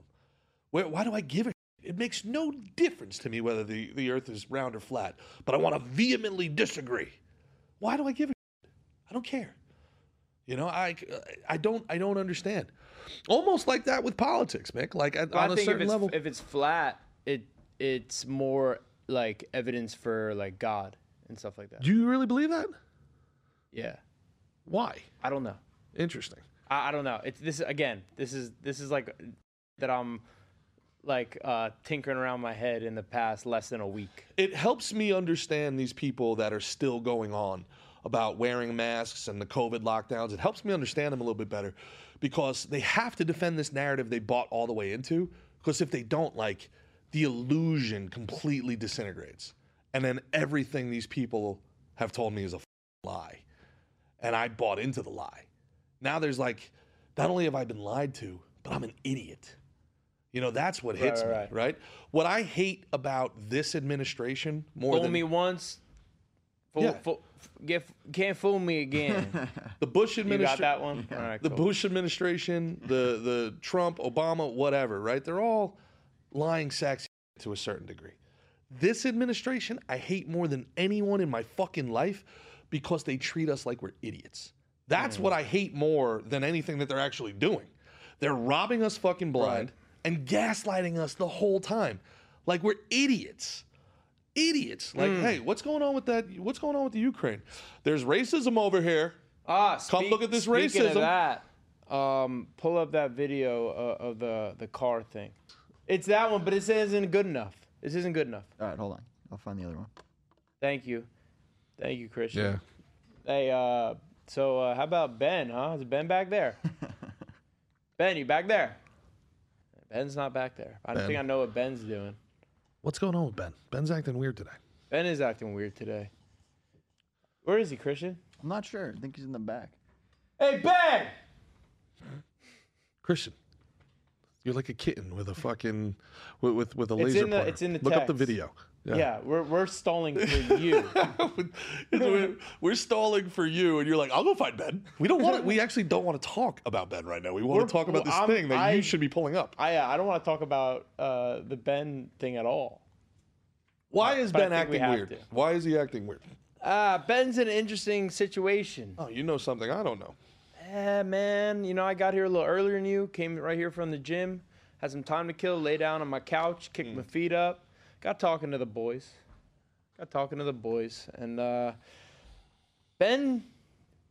Where, why do I give a? shit? It makes no difference to me whether the, the Earth is round or flat, but I want to vehemently disagree. Why do I give a? shit? I don't care. You know, I, I don't I don't understand. Almost like that with politics, Mick. Like at- But on I a think if certain it's level, if it's flat, it it's more like evidence for like God and stuff like that. do you really believe that? yeah. Why? I don't know. Interesting. I, I don't know. It's this again. This is this is like that I'm like uh, tinkering around my head in the past less than a week. it helps me understand these people that are still going on about wearing masks and the COVID lockdowns. It helps me understand them a little bit better because they have to defend this narrative they bought all the way into. Because if they don't, like, the illusion completely disintegrates. And then everything these people have told me is a f- lie. And I bought into the lie. Now there's like, not only have I been lied to, but I'm an idiot. You know, that's what hits right, me, right. right? What I hate about this administration more Fool than me once, fool, Yeah. fool, get, can't fool <laughs> me again. the Bush you got administration, that one? All right, the cool. Bush administration, the the Trump, Obama, whatever, right? They're all lying sacks to a certain degree. This administration, I hate more than anyone in my fucking life because they treat us like we're idiots. That's what I hate more than anything that they're actually doing. They're robbing us fucking blind and gaslighting us the whole time. Like we're idiots idiots. Like, hey, what's going on with that? What's going on with the Ukraine? There's racism over here. Ah, Come look at this speaking of racism. that, um, pull up that video of, of the the car thing. It's that one, but it isn't good enough. This isn't good enough. All right, hold on. I'll find the other one. Thank you, thank you, Christian. Hey, uh, so uh, how about Ben? Huh? Is Ben back there? ben, you back there? Ben's not back there. I don't think I know what Ben's doing. What's going on with Ben? Ben's acting weird today. Ben is acting weird today. Where is he, Christian? I'm not sure. I think he's in the back. Hey, Ben! Christian, you're like a kitten with a fucking with with, with a It's laser in the- pointer. it's in the Look up the text. video. Yeah, we're, we're stalling for you. <laughs> It's weird. we're stalling for you, and you're like, "I'll go find Ben." We don't want to. We actually don't want to talk about Ben right now. We want We're- to talk about this I'm- thing that I- you should be pulling up. I, uh, I don't want to talk about uh, the Ben thing at all. Why is but I Ben think we acting have weird? to. Why is he acting weird? Uh, Ben's in an interesting situation. Oh, you know something I don't know. Eh, man, you know, I got here a little earlier than you, came right here from the gym, had some time to kill, lay down on my couch, kicked my feet up, got talking to the boys. Got talking to the boys. And uh, Ben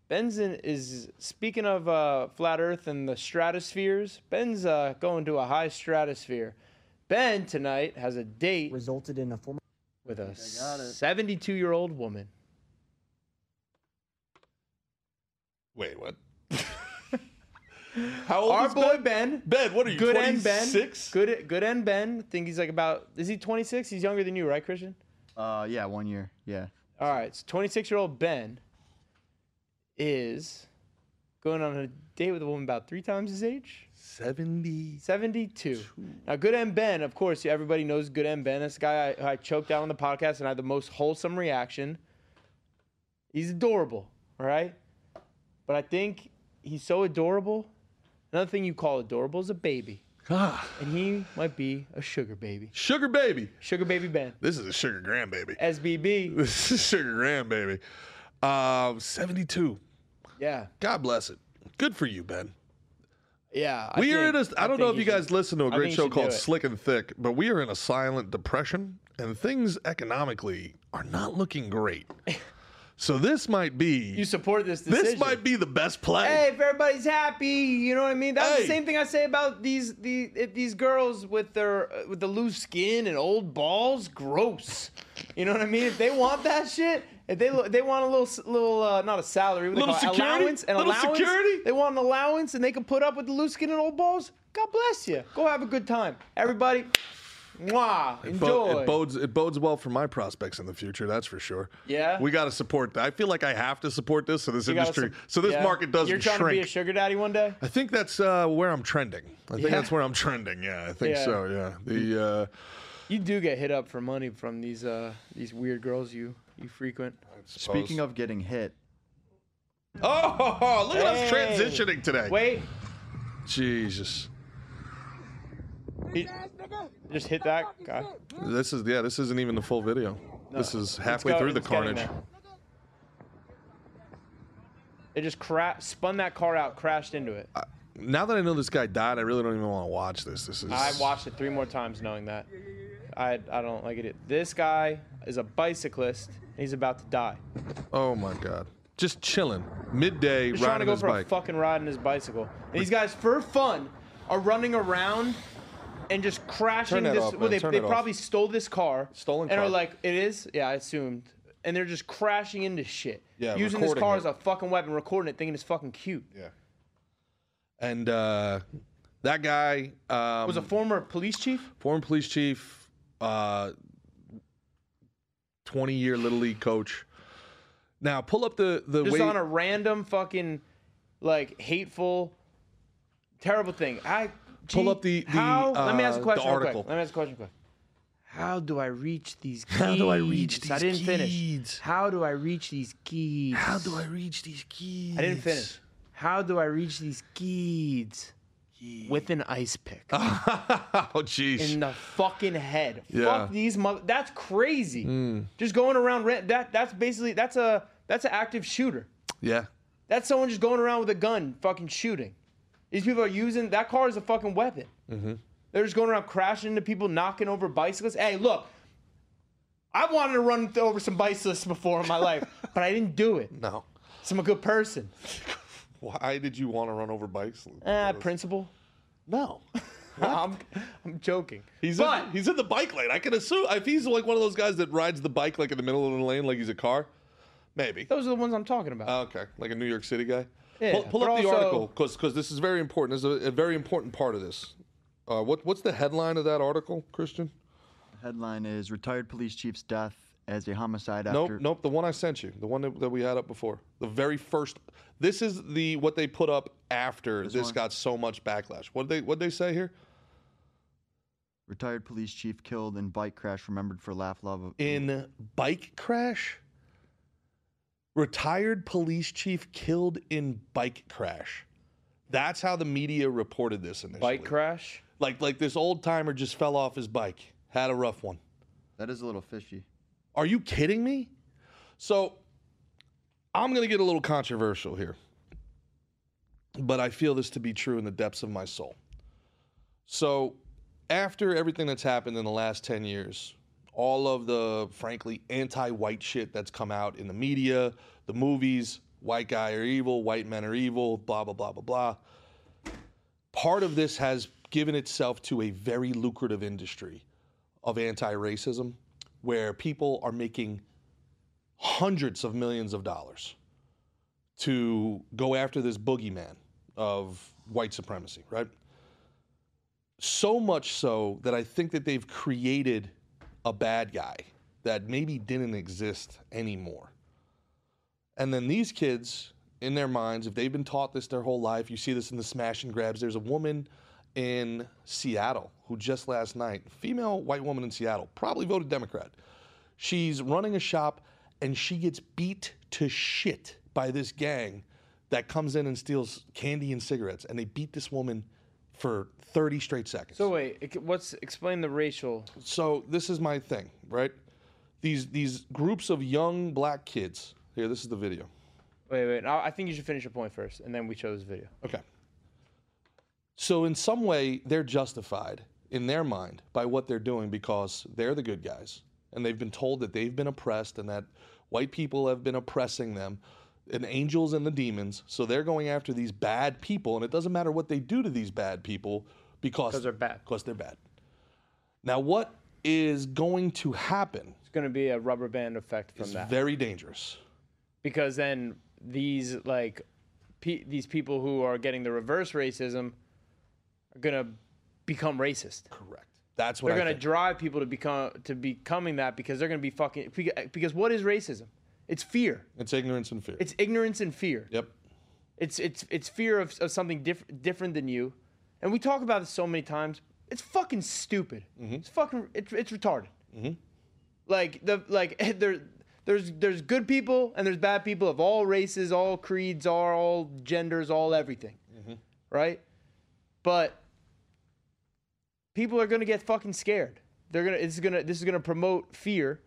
Ben's in, is speaking of uh, flat Earth and the stratospheres. Ben's uh, going to a high stratosphere. Ben tonight has a date resulted in a form with a 72 year old woman. Wait, what? <laughs> How old Our is boy Ben? Ben. Ben, what are you? Good 26? end Ben. Good good end Ben. think he's like about is he 26? He's younger than you, right, Christian? Uh, yeah, one year. Yeah. All right. So 26 year old Ben is going on a date with a woman about three times his age. Seventy. 72. Now, Good End Ben, of course, everybody knows Good End Ben. This guy I, I choked out on the podcast and I had the most wholesome reaction. He's adorable, all right? But I think he's so adorable. Another thing you call adorable is a baby. Ah. and he might be a sugar baby. Sugar baby. Sugar baby Ben. This is a sugar grandbaby. SBB. This is <laughs> sugar grandbaby. Um, seventy-two. Yeah. God bless it. Good for you, Ben. Yeah. we are in think- a. I don't think know if he you guys should- listen to a I great think he show should do called it. Slick and Thick, but we are in a silent depression, and things economically are not looking great. <laughs> so this might be. You support this decision. this might be the best play. Hey, if everybody's happy, you know what I mean. That's Hey. the same thing I say about these the if these girls with their uh, with the loose skin and old balls. Gross. You know what I mean? If they want that shit, if they lo- they want a little s- little uh, not a salary, what they Little call it, security? allowance, an Little allowance. security? They want an allowance, and they can put up with the loose skin and old balls. God bless you. Go have a good time, everybody. Mwah. Enjoy. Bo- it bodes it bodes well for my prospects in the future. That's for sure. Yeah? we got to support that. I feel like I have to support this so this You gotta industry, sup- so this yeah. market doesn't You're trying shrink. to be a sugar daddy one day. I think that's uh, where I'm trending. I think Yeah. that's where I'm trending. Yeah, I think Yeah. so. Yeah, the uh, You do get hit up for money from these uh these weird girls you you frequent. Speaking of getting hit, oh, look at us Hey. transitioning today. Wait, Jesus, just hit that guy. this is yeah, this isn't even the full video. This is halfway Go- through the it's getting carnage. there. They just crap spun that car out, crashed into it. I, Now that I know this guy died, I really don't even want to watch this. This is watched it three more times knowing that. I I don't like it. This guy is a bicyclist. And he's about to die. Oh my god, just chilling midday He's trying riding to go his for bike. a fucking ride on his bicycle. And these guys, for fun, are running around and just crashing Turn that this. off, well, man. they, Turn they it off. probably stole this car. Stolen and car. are like, it is? Yeah, I assumed. And they're just crashing into shit. Yeah, Using this recording car it. as a fucking weapon, recording it, thinking it's fucking cute. Yeah. And uh, that guy um, Was a former police chief? former police chief, uh, 20 year Little League coach. Now, pull up the, the just way. on a random fucking like hateful terrible thing i Pull gee, up the- the, how, let me ask uh, a question the real quick. article. let me ask a question quick how do i reach these <laughs> kids? How do I reach these i didn't kids? finish how do i reach these kids How do I reach these kids? i didn't finish how do i reach these kids with an ice pick <laughs> oh, jeez. in the fucking head. Yeah. Mm. Fuck these mother. That's crazy. Just going around rent. That that's basically that's a that's an active shooter. yeah. That's someone just going around with a gun, fucking shooting. These people are using that car as a fucking weapon. Mm-hmm. They're just going around crashing into people, knocking over bicyclists. Hey, look, I wanted to run th- over some bicyclists <laughs> before in my life, but I didn't do it. No. So I'm a good person. Why did you want to run over bikes? Ah, <laughs> principal. No. I'm, I'm joking. He's but in, he's in the bike lane. I can assume if he's like one of those guys that rides the bike like in the middle of the lane, like he's a car. Maybe. those are the ones I'm talking about. Oh, Okay, like a New York City guy. Yeah, pull pull but up the also- article because this is very important. This is a, a very important part of this. Uh, what what's the headline of that article, Christian? Headline is retired police chief's death as a homicide Nope, after. nope. The one I sent you, the one that, that we had up before, the very first. This is the what they put up after this, one? got so much backlash. What they what they say here Retired police chief killed in bike crash remembered for laugh love. in bike crash? Retired police chief killed in bike crash. That's how the media reported this initially. Bike crash. Like like this old timer just fell off his bike. Had a rough one. That is a little fishy. Are you kidding me? So I'm going to get a little controversial here. But I feel this to be true in the depths of my soul. So after everything that's happened in the last 10 years, all of the frankly anti-white shit that's come out in the media, the movies, white guy are evil, white men are evil, blah blah blah blah blah part of this has given itself to a very lucrative industry of anti-racism where people are making hundreds of millions of dollars to go after this boogeyman of white supremacy, right? So much so that I think that they've created a bad guy that maybe didn't exist anymore. And then these kids, in their minds, if they've been taught this their whole life, you see this in the smash and grabs. There's a woman in Seattle who just last night, female white woman in Seattle, probably voted Democrat. She's running a shop and she gets beat to shit by this gang that comes in and steals candy and cigarettes. And they beat this woman for 30 straight seconds So wait, it- what's explain the racial? so this is my thing, right? These these groups of young black kids. Here, this is the video. Wait, wait. I I think you should finish your point first, and then we show this video. Okay. So in some way, they're justified in their mind by what they're doing because they're the good guys, and they've been told that they've been oppressed and that white people have been oppressing them, and angels and the demons. So they're going after these bad people, and it doesn't matter what they do to these bad people because Because they're bad. Because they're bad. Now, what is going to happen? It's going to be a rubber band effect from It's that, very dangerous. because then these like pe- these people who are getting the reverse racism are going to become racist. Correct. That's what They're I going to think. drive people to become to becoming that because they're going to be fucking beca- because what is racism? It's fear. it's ignorance and fear. It's ignorance and fear. yep. It's it's it's fear of, of something diff- different than you, and we talk about this so many times. It's fucking stupid. It's fucking it's it's retarded. Like the like <laughs> there there's there's good people and there's bad people of all races, all creeds, all, all genders, all everything, right? But people are gonna get fucking scared. They're gonna it's gonna this is gonna promote fear,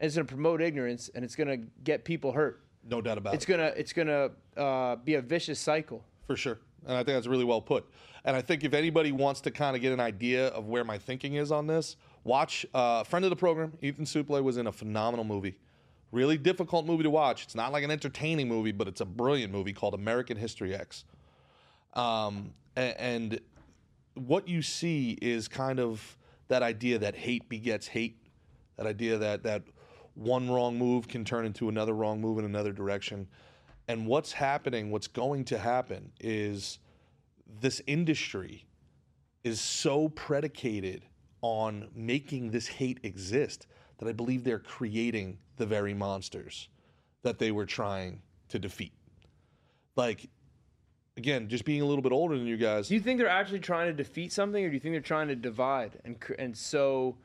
and it's gonna promote ignorance, and it's gonna get people hurt No doubt about it's it. gonna it's gonna uh, be a vicious cycle. For sure. And I think that's really well put. And I think if anybody wants to kind of get an idea of where my thinking is on this, watch uh, a friend of the program, Ethan Suplee, was in a phenomenal movie. Really difficult movie to watch. It's not like an entertaining movie, but it's a brilliant movie called American History X. Um, a- and what you see is kind of that idea that hate begets hate, that idea that that one wrong move can turn into another wrong move in another direction. And what's happening, what's going to happen is this industry is so predicated on making this hate exist that I believe they're creating the very monsters that they were trying to defeat. Like, again, just being a little bit older than you guys, Do you think they're actually trying to defeat something, or do you think they're trying to divide and cr- and sow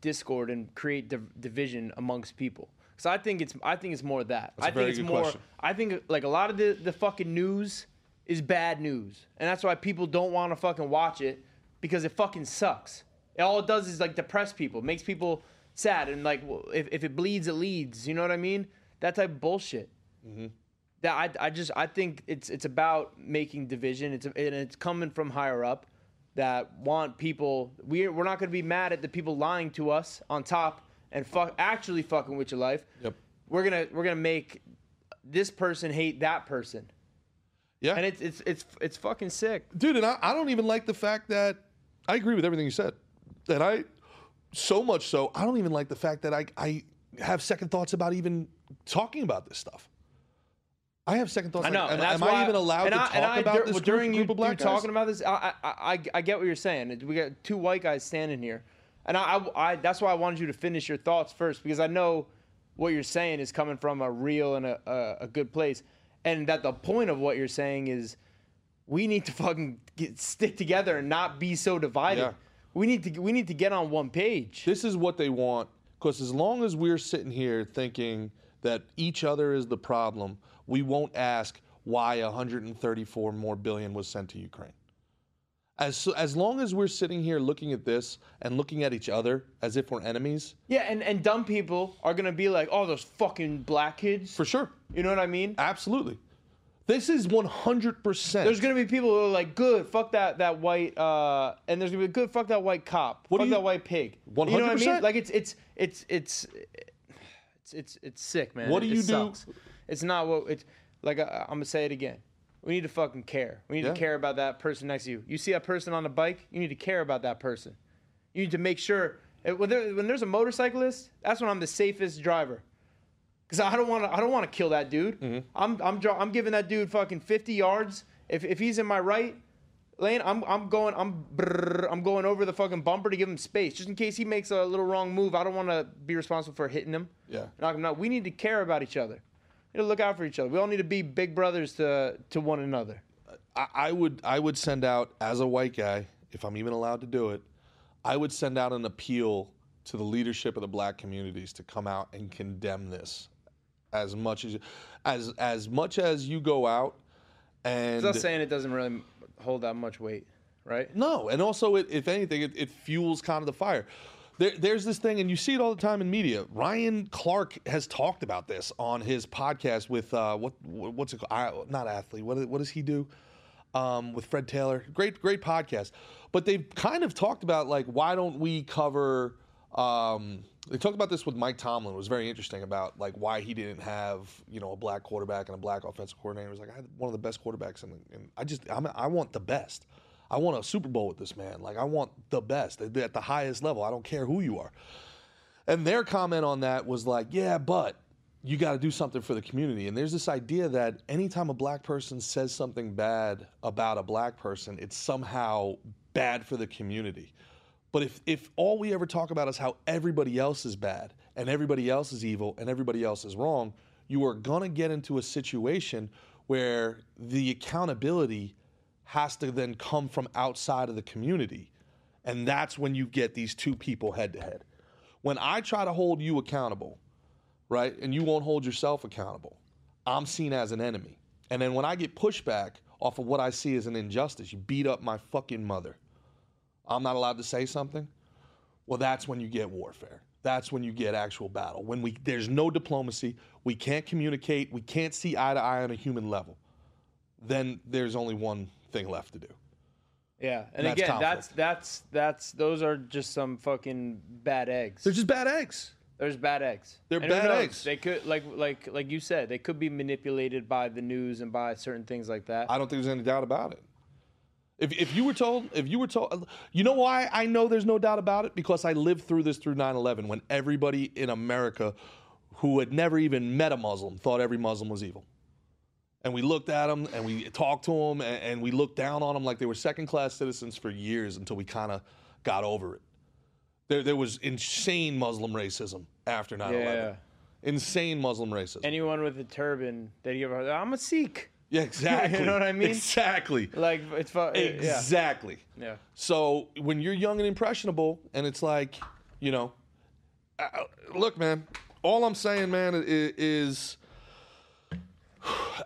discord and create div- division amongst people? Because I think it's I think it's more that. That's a I very think it's good more. question. I think like a lot of the the fucking news is bad news, and that's why people don't want to fucking watch it because it fucking sucks. And all it does is like depress people, makes people sad, and like w- if if it bleeds, it leads. You know what I mean? That type of bullshit that I, I just I think it's it's about making division. It's and it's coming from higher up that want people. We're we're not going to be mad at the people lying to us on top and fuck actually fucking with your life. Yep. We're gonna we're gonna make this person hate that person, yeah, and it's it's it's it's fucking sick. dude. And I, I don't even like the fact that I agree with everything you said. That I so much so I don't even like the fact that I I have second thoughts about even talking about this stuff. I have second thoughts. I know. Like, am and that's am why I even allowed to and I- talk and I, about dur- this well, group- during group you, of black you guys? talking about this? I, I I I get what you're saying. We got two white guys standing here, and I, I I that's why I wanted you to finish your thoughts first because I know what you're saying is coming from a real and a, a, a good place, and that the point of what you're saying is we need to fucking get, stick together and not be so divided. Yeah. We need to we need to get on one page. this is what they want because as long as we're sitting here thinking that each other is the problem we won't ask why 134 more billion was sent to ukraine as, as long as we're sitting here looking at this and looking at each other as if we're enemies Yeah, and, and dumb people are gonna be like, oh, those fucking black kids. for sure You know what I mean? absolutely this is 100% There's gonna be people who are like, good, fuck that that white, uh, and there's gonna be good, fuck that white cop, What do fuck you- that white pig. You know what I 100%? mean? Like it's it's it's it's it's it's, it's sick, man. What It- do it you do- sucks. It's not what it's like. I, I'm gonna say it again. We need to fucking care. We need Yeah. to care about that person next to you. You see that person on the bike, you need to care about that person. You need to make sure eh, when, there, when there's a motorcyclist, that's when I'm the safest driver. Cause I don't want to. I don't want to kill that dude. I'm I'm dri- I'm giving that dude fucking 50 yards. If if he's in my right lane, I'm I'm going I'm brrr, I'm going over the fucking bumper to give him space, just in case he makes a little wrong move. I don't want to be responsible for hitting him. Yeah. Knock him out. We need to care about each other. We need to look out for each other. We all need to be big brothers to to one another. I, I would I would send out as a white guy, if I'm even allowed to do it, I would send out an appeal to the leadership of the black communities to come out and condemn this as much as as as much as you go out and It's not saying it doesn't really hold that much weight, right? no, and also, it, if anything, it, it fuels kind of the fire. There, there's this thing, and you see it all the time in media. Ryan Clark has talked about this on his podcast with uh, what what's it called? I, not athlete. What, what does he do? Um, with Fred Taylor, great great podcast. But they've kind of talked about like why don't we cover? Um, they talked about this with Mike Tomlin. It was very interesting about like why he didn't have you know a black quarterback and a black offensive coordinator. It was like I had one of the best quarterbacks, and, and I just I'm, I want the best. I want a Super Bowl with this man. Like I want the best at at the highest level. I don't care who you are. And their comment on that was like, yeah, but you got to do something for the community. And there's this idea that anytime a black person says something bad about a black person, it's somehow bad for the community. But if, if all we ever talk about is how everybody else is bad and everybody else is evil and everybody else is wrong, you are going to get into a situation where the accountability has to then come from outside of the community. And that's when you get these two people head to head. When I try to hold you accountable, right, and you won't hold yourself accountable, I'm seen as an enemy. And then when I get pushback off of what I see as an injustice, you beat up my fucking mother. I'm not allowed to say something. Well, that's when you get warfare. That's when you get actual battle. When we there's no diplomacy, we can't communicate, we can't see eye to eye on a human level. Then there's only one thing left to do. Yeah. And, that's again, that's conflict. that's that's those are just some fucking bad eggs. They're just bad eggs. There's bad eggs. They're who bad knows? eggs. They could like like like you said, they could be manipulated by the news and by certain things like that. I don't think there's any doubt about it. If, if you were told, if you were told, you know why I know there's no doubt about it? Because I lived through this through 9 11 when everybody in America who had never even met a Muslim thought every Muslim was evil. And we looked at them and we talked to them and, and we looked down on them like they were second class citizens for years until we kind of got over it. There, there was insane Muslim racism after 9 11. Insane Muslim racism. Anyone with a turban that you ever, I'm a Sikh. yeah, <laughs> exactly. what I mean? Exactly. Like it's fu- yeah, Exactly. yeah. So when you're young and impressionable, and it's like, you know, uh, look, man. All I'm saying, man, i- is <sighs>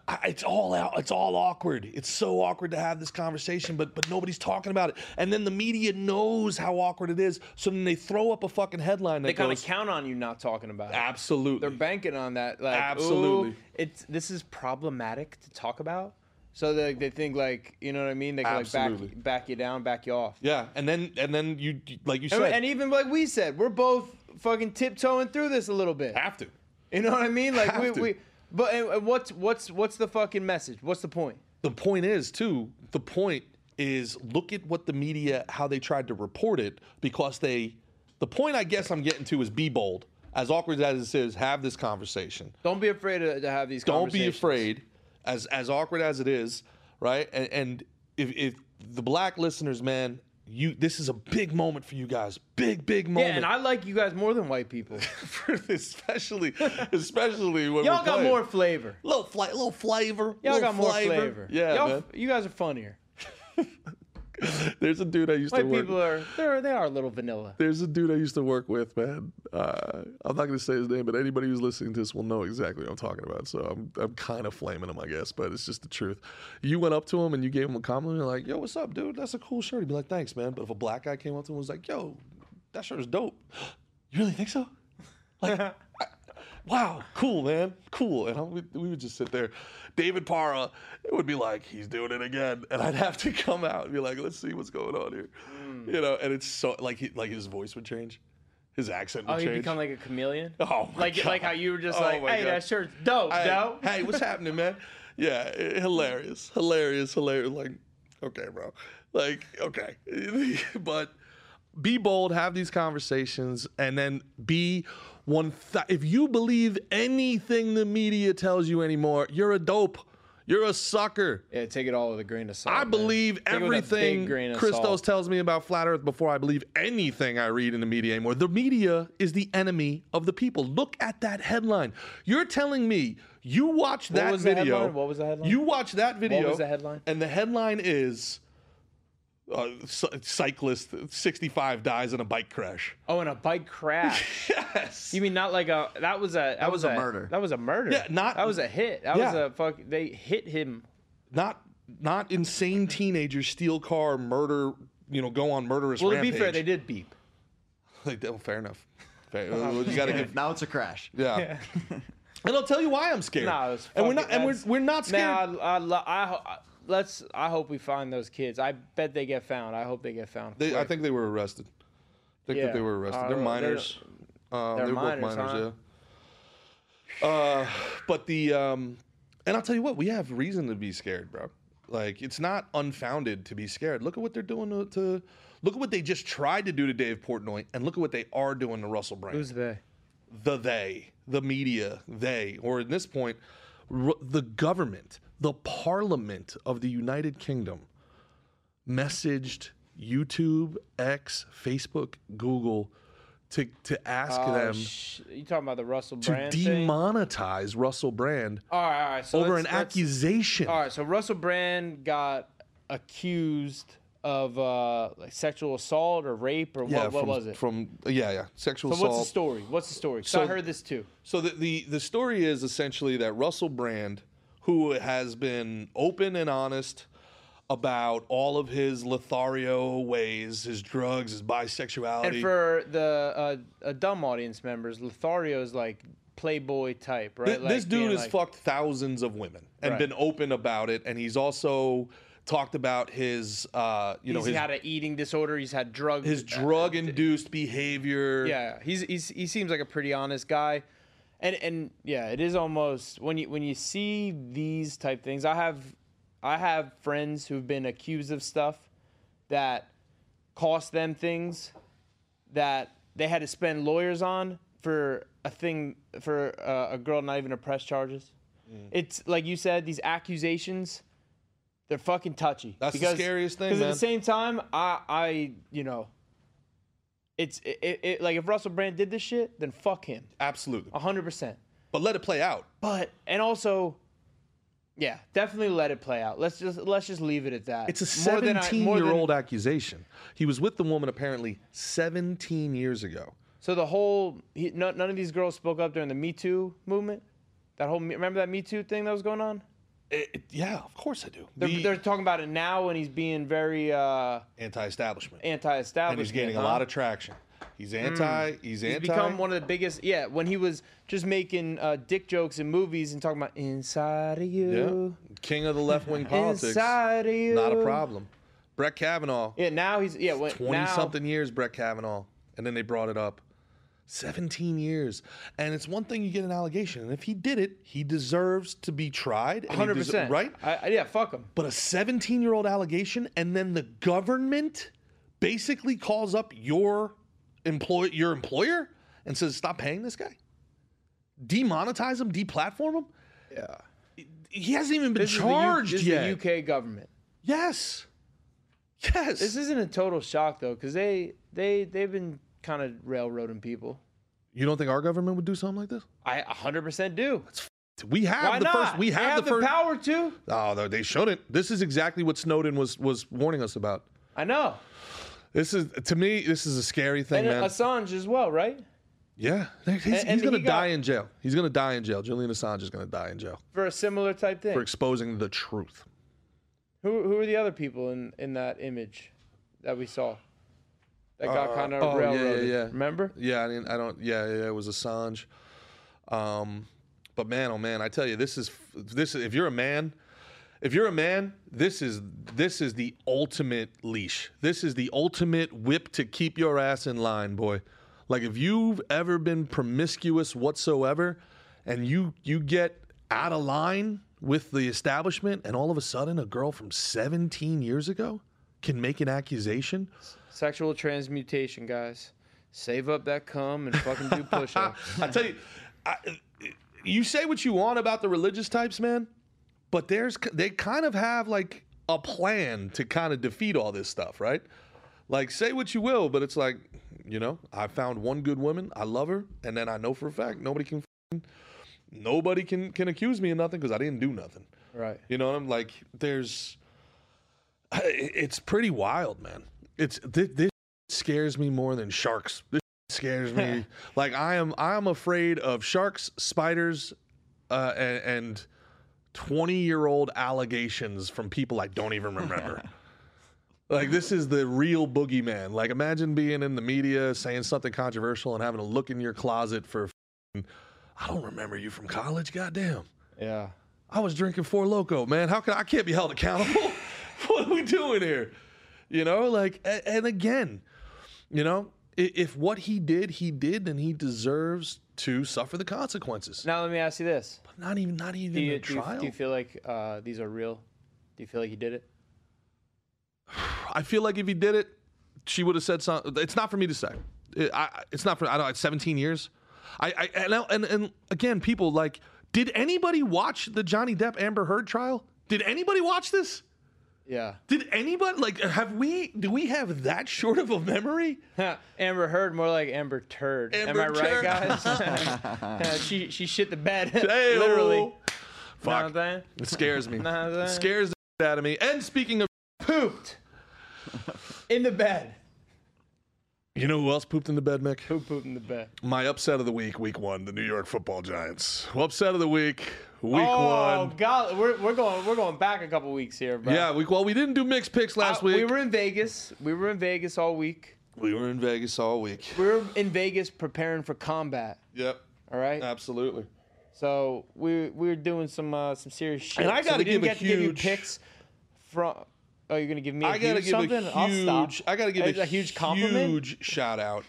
I- it's all out. It's all awkward. It's so awkward to have this conversation, but but nobody's talking about it. And then the media knows how awkward it is, so then they throw up a fucking headline that They kind of goes, count on you not talking about it. absolutely. They're banking on that. Like, ooh, Absolutely. it's this is problematic to talk about. So they, they think like you know what I mean. They can like back Absolutely. back you down, back you off. yeah, and then and then you like you And, said, and even like we said, we're both fucking tiptoeing through this a little bit. have to. You know what I mean? <laughs> Like we, Have to. we but and- and what's what's what's the fucking message? What's the point? the point is too the point is look at what the media how they tried to report it because they the point i guess i'm getting to is be bold as awkward as this is have this conversation Don't be afraid to, to have these. don't be conversations. afraid as as awkward as it is right and, and if, if the black listeners man you this is a big moment for you guys big big Yeah, moment and I like you guys more than white people. <laughs> for this, especially especially when Y'all we're got playing. more flavor. little fla- little flavor Y'all little got more flavor. yeah Y'all, man. you guys are funnier. there's a dude i used to White work people are they're they are a little vanilla. there's a dude I used to work with, man. Uh, I'm not gonna say his name, but anybody who's listening to this will know exactly what I'm talking about. So I'm I'm kind of flaming him, I guess, but it's just the truth. You went up to him and you gave him a compliment, you're like, "Yo, what's up, dude? That's a cool shirt." He'd be like, "Thanks, man." But if a black guy came up to him and was like, "Yo, that shirt is dope," <gasps> you really think so? <laughs> Like, I- wow, cool, man, cool. And I, we, we would just sit there. David Para it would be like, "He's doing it again," and I'd have to <laughs> come out and be like, "Let's see what's going on here," Hmm. you know. And it's so like he, like his voice would change, his accent would Oh, you change. become like a chameleon. <laughs> Oh my like like God. how you were just Oh like, my hey, God. that shirt's dope, Hey, <laughs> dope. hey, what's happening, man? Yeah, i- hilarious, hilarious, hilarious. Like, okay, bro. Like, okay. <laughs> but be bold, have these conversations, and then be one. Th- if you believe anything the media tells you anymore, you're a dope. You're a sucker. Yeah, take it all with a grain of salt. I Oh, man. believe Take it with a big everything grain of Christos salt. tells me about flat Earth before I believe anything I read in the media anymore. The media is the enemy of the people. Look at that headline. You're telling me you watch that was the video. headline? What was the headline? You watch that video. was the headline? And the headline is uh, cy- cyclist 65 dies in a bike crash. Oh, and a <laughs> bike crash. Yes. You mean not like a that was a that, was a murder. That was a murder. Yeah, not- that was a hit. That was Yeah. a fuck. They hit him. not not insane teenagers steal car murder, you know, go on murderous Well, rampage. to be fair, they did beep. <laughs> Like, oh, fair enough. <laughs> Fair. Well, you got to give Now it's a crash. Yeah. and I'll tell you why I'm scared. Nah, it was and we're fucking- not and we're, that's- we're not scared. Now, I, I, lo- I, ho- I- let's. I hope we find those kids. I bet they get found. I hope they get found. They- I quick. think they were arrested. I think Yeah. that they were arrested. Uh, they're they don't- minors. um, they're they were both minors, minors, huh? yeah. Uh, but the um, and I'll tell you what, we have reason to be scared, bro. Like it's not unfounded to be scared. Look at what they're doing to, to look at what they just tried to do to Dave Portnoy, and look at what they are doing to Russell Brand. Who's they? the they, the media, they, or at this point, r- the government, the parliament of the United Kingdom messaged YouTube, X, Facebook, Google to, to ask them Oh, Sh- you talking about the Russell to Brand thing? demonetize Russell Brand All right, all right. So over let's- an let's- accusation. All right, so Russell Brand got accused of uh, like sexual assault or rape or Yeah, what, what from, was it? From yeah, yeah, sexual so assault. what's the story? What's the story? 'Cause I So- heard this too. So the, the the story is essentially that Russell Brand, who has been open and honest about all of his Lothario ways, his drugs, his bisexuality. And for the uh, uh, dumb audience members, Lothario is like playboy type, right? Th- this Like, dude being has like- fucked thousands of women and Right. been open about it, and he's also talked about his uh, you know He's his, had an eating disorder. He's had drugs. his drug induced behavior. Yeah, he's, he's he seems like a pretty honest guy, and and yeah, it is almost when you when you see these type things. I have I have friends who've been accused of stuff that cost them things that they had to spend lawyers on for a thing for uh, a girl not even to press charges. Mm. It's like you said, these accusations, they're fucking touchy. That's the scariest thing, Because at man. the same time, I, I, you know, it's it, it, it like if Russell Brand did this shit, then fuck him, Absolutely. hundred percent. But let it play out. But and also, yeah, definitely let it play out. Let's just let's just leave it at that. It's a More than I- more than- 17-year-old accusation. He was with the woman apparently 17 years ago. So the whole he, no, none of these girls spoke up during the Me Too movement. That whole remember that Me Too thing that was going on. It- it- yeah, of course I do. They're, The they're talking about it now, and he's being very uh, anti-establishment. and anti-establishment. he's getting a huh? Hmm. lot of traction. He's anti. He's He's anti. become one of the biggest. Yeah, when he was just making uh, dick jokes in movies and talking about inside of yeah. you, king of the left <laughs> wing politics. inside of you, Not a problem. Brett Kavanaugh. Yeah, now he's yeah when, 20 now, something years, Brett Kavanaugh. And then they brought it up. 17 years. And it's one thing you get an allegation. And if he did it, he deserves to be tried. and he Hundred deser- percent Right? I, I- yeah, fuck him. But a 17 year old allegation, and then the government basically calls up your employ your employer and says, "Stop paying this guy, demonetize him, deplatform him." Yeah, he hasn't even been This is the U- charged this is yet. the UK government. Yes, yes. This isn't a total shock though, because they they they've been kind of railroading people. you don't think our government would do something like this? I 100% do. We have Why the not? first. We have, the They first. power to. Oh, no, they shouldn't. This is exactly what Snowden was was warning us about. I know. This is to me. This is a scary thing, And man. Assange as well, right? Yeah, there- he's, And- he's and going to he got- die in jail. He's going to die in jail. Julian Assange is going to die in jail For a similar type thing. for exposing the truth. Who who are the other people in in that image that we saw? That got kind of oh, yeah, yeah, railroaded. yeah. Remember? Yeah, I, mean, I don't. Yeah, yeah, it was Assange. Um, but man, oh man, I tell you, this is this. If you're a man, if you're a man, this is this is the ultimate leash. This is the ultimate whip to keep your ass in line, boy. Like if you've ever been promiscuous whatsoever, and you you get out of line with the establishment, and all of a sudden a girl from 17 years ago can make an accusation. Sexual transmutation, guys. Save up that cum and fucking <laughs> do push-ups. I tell you, I, you say what you want about the religious types, man, but there's they kind of have like a plan to kind of defeat all this stuff, right? Like say what you will, but it's like, you know, I found one good woman, I love her, and then I know for a fact nobody can f***ing- nobody can can accuse me of nothing because I didn't do nothing. right. You know what I'm like? There's, <sighs> it's pretty wild, man. It's this, this scares me more than sharks. This scares me. like I am, I am afraid of sharks, spiders, uh, and, and twenty-year-old allegations from people I don't even remember. Like this is the real boogeyman. Like imagine being in the media saying something controversial and having to look in your closet for, f***ing, I don't remember you from college. Goddamn. Yeah. I was drinking Four Loco, man. How can I can't be held accountable? <laughs> what are we doing here? You know, like, a- and again, you know, i- if what he did, he did, then he deserves to suffer the consequences. Now let me ask you this. Not even, not even Do you, a do, you, trial. do you feel like uh, these are real? Do you feel like he did it? I feel like if he did it, she would have said something. It's not for me to say. It- I, I- it's not for. I don't. It's 17 years. I, I and, I- and and again, people like. Did anybody watch the Johnny Depp Amber Heard trial? Did anybody watch this? Yeah. Did anybody like have we do we have that short of a memory? <laughs> <laughs> Amber Heard, more like Amber Turd. Amber Am I Turd. <laughs> right, guys? <laughs> Uh, she she shit the bed, <laughs> Hey, literally. Know what I'm Fuck. saying? It scares <laughs> me. Know what I'm It saying? scares the shit out of me. And speaking of Pooped in the bed. You know who else pooped in the bed, Mick? Poop poop in the bed. My upset of the week, week one, the New York football giants. Upset of the week, week oh one. god, we're, we're going we're going back a couple weeks here, bro. Yeah, week well, we didn't do mixed picks last I- week. Uh, we were in Vegas. We were in Vegas all week. we were in Vegas all week. We were in Vegas preparing for combat. Yep. All Uh, right. Absolutely. So we we were doing some uh, some serious shit. And I so gotta we didn't give a get to give you huge- picks from. Oh, you're gonna give me? a I gotta huge give something? a I'll stop. huge. I gotta give a, a, huge compliment. Huge shout out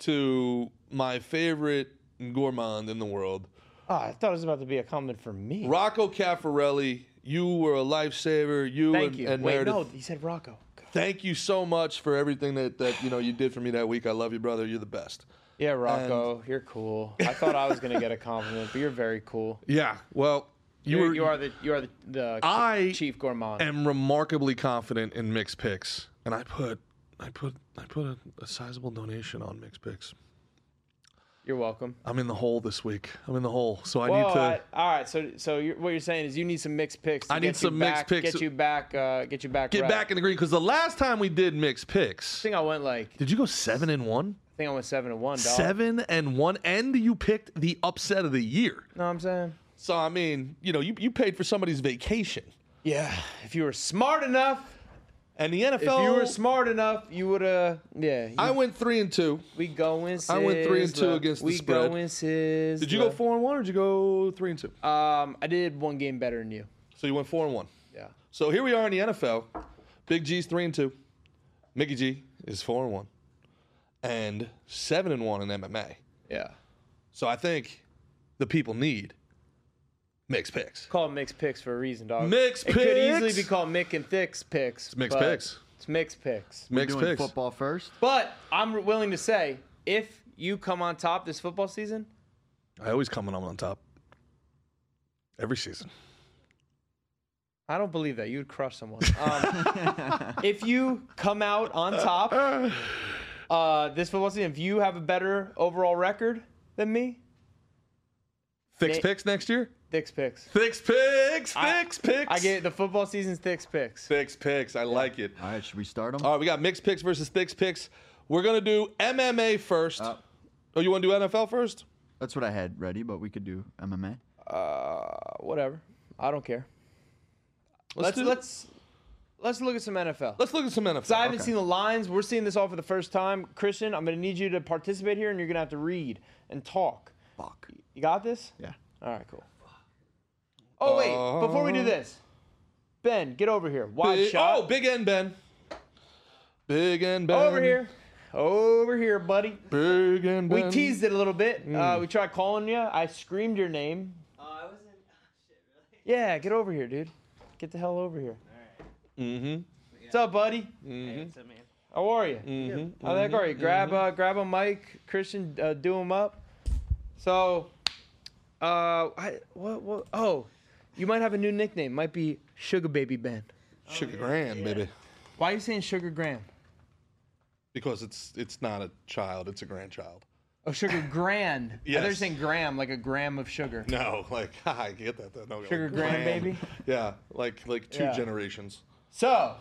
to my favorite gourmand in the world, Oh, I thought it was about to be a comment for me. Rocco Caffarelli, you were a lifesaver. You Thank and, you. and Wait, Meredith. no, he said Rocco. God. Thank you so much for everything that, that you know you did for me that week. I love you, brother. You're the best. Yeah, Rocco, you're cool. <laughs> I thought I was gonna get a compliment, but you're very cool. Yeah. Well, you You, were. you are the you are the, the I chief gourmand. am remarkably confident in mixed picks, and I put I put I put a, a sizable donation on mixed picks. you're welcome. I'm in the hole this week. I'm in the hole, so I Whoa, need to. I- all right. So so you're, what you're saying is you need some mixed picks. To I need get you some mixed back- picks. Get you back. Uh, get you back. Get right. back in the green because the last time we did mixed picks, I think I went like I did you go seven and one? think I went seven to one. Dog. Seven and one, and you picked the upset of the year. know what I'm saying? So I mean, you know, you, you paid for somebody's vacation, Yeah. If you were smart enough, and the NFL. if you were smart enough, you would have. Yeah. You, I went three and two. we going. I went three and two Sizzler. against the we spread. going. Sizzler. Did you go four and one, or did you go three and two? Um, I did one game better than you. Uh, so you went four and one. Yeah. So here we are in the NFL. Big G's three and two. Mickey G is four and one, and seven and one in MMA. Yeah. So I think the people need mixed picks. Called mixed picks for a reason, dog. Mixed It could easily picks? be called Mick and Thick's picks. It's mixed picks. It's mixed picks. We're Mixed doing picks. football first. But I'm willing to say, if you come on top this football season, I always come when I'm on top. Every season. I don't believe that you would crush someone. Um, if you come out on top uh, this football season, if you have a better overall record than me, Fix Nick- picks next year? Thick's picks. Fix picks. I- Fix picks. I get the football season's Thick's picks. Uh, Fix picks. I like it. All right, should we start them? All right, we got mixed picks versus fix picks. We're gonna do MMA first. Uh. oh, you want to do NFL first? That's what I had ready, but we could do MMA. Uh, whatever. I don't care. Let's do- let's let's look at some NFL. Let's look at some NFL. So I haven't seen the lines. We're seeing this all for the first time. Christian, I'm going to need you to participate here, and you're going to have to read and talk. Fuck. You got this? Yeah. All right, cool. Oh wait, before we do this, Ben, get over here. Wide Big- shot. Oh, Big N Ben. Big N Ben. over here, over here, buddy. Big N Ben. We teased it a little bit. Uh, we tried calling you. I screamed your name. Oh, I wasn't. <laughs> shit, really? Yeah, get over here, dude. Get the hell over here. Mm-hmm. What's up, buddy? Hey, what's up, man? How are you? How the heck are you? Grab uh, grab a mic, Christian. Uh, do him up. So, uh, I, what what? Oh, you might have a new nickname. Might be Sugar Baby Ben. Sugar Grand, baby. Why are you saying Sugar Graham? Because it's it's not a child, it's a grandchild. <laughs> Oh, Sugar <laughs> Grand. Yeah. They're Yes. saying gram, like a gram of sugar. No, like <laughs> I get that. though. No, Sugar like, Grand, baby. Yeah, like like two Yeah. generations. So,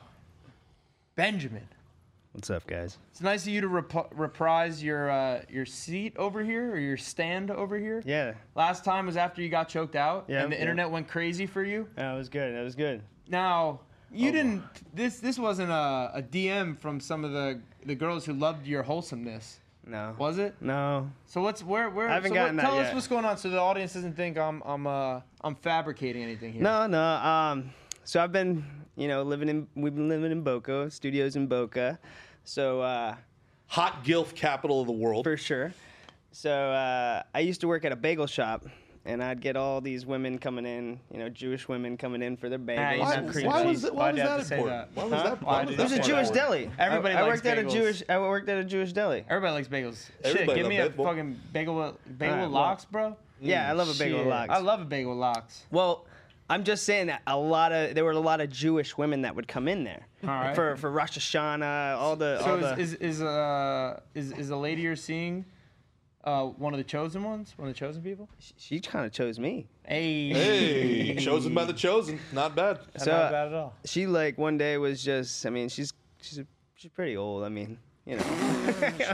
Benjamin, What's up, guys? it's nice of you to rep- reprise your uh, your seat over here or your stand over here. Yeah, Last time was after you got choked out, Yeah, and the yeah. internet went crazy for you. that was good. That was good. Now Oh, you didn't. This this wasn't a, a DM from some of the the girls who loved your wholesomeness, No. was it? No. So what's where where? I haven't so gotten what, that Tell us yet. what's going on, so the audience doesn't think I'm I'm uh I'm fabricating anything here. No, no. Um, so I've been, you know, living in. We've been living in Boca studios in Boca, so uh, Hot Gilf capital of the world. for sure. So uh, I used to work at a bagel shop. And I'd get all these women coming in, you know, Jewish women coming in for their bagels. you and have cream why cheese. was it- why'd you have to say that? Why was that? Why was did- that There's a That's Jewish important. deli. Everybody I, I likes worked at a bagels. Jewish. I worked at a Jewish deli. Everybody likes bagels. Shit, Everybody give me a loves bagel. fucking bagel bagel Alright, with locks, bro. Yeah, I love a bagel Shit, with lox. I love a bagel with locks. Well, I'm just saying that a lot of there were a lot of Jewish women that would come in there right. for for Rosh Hashanah, all the all So the. is, is is uh is is the lady you're seeing uh one of the chosen ones, one of the chosen people? she kind of chose me. Hey, Hey, chosen by the chosen. Not bad. So not uh, bad at all. she like one day was just. I mean, she's she's she's pretty old. I mean, you know,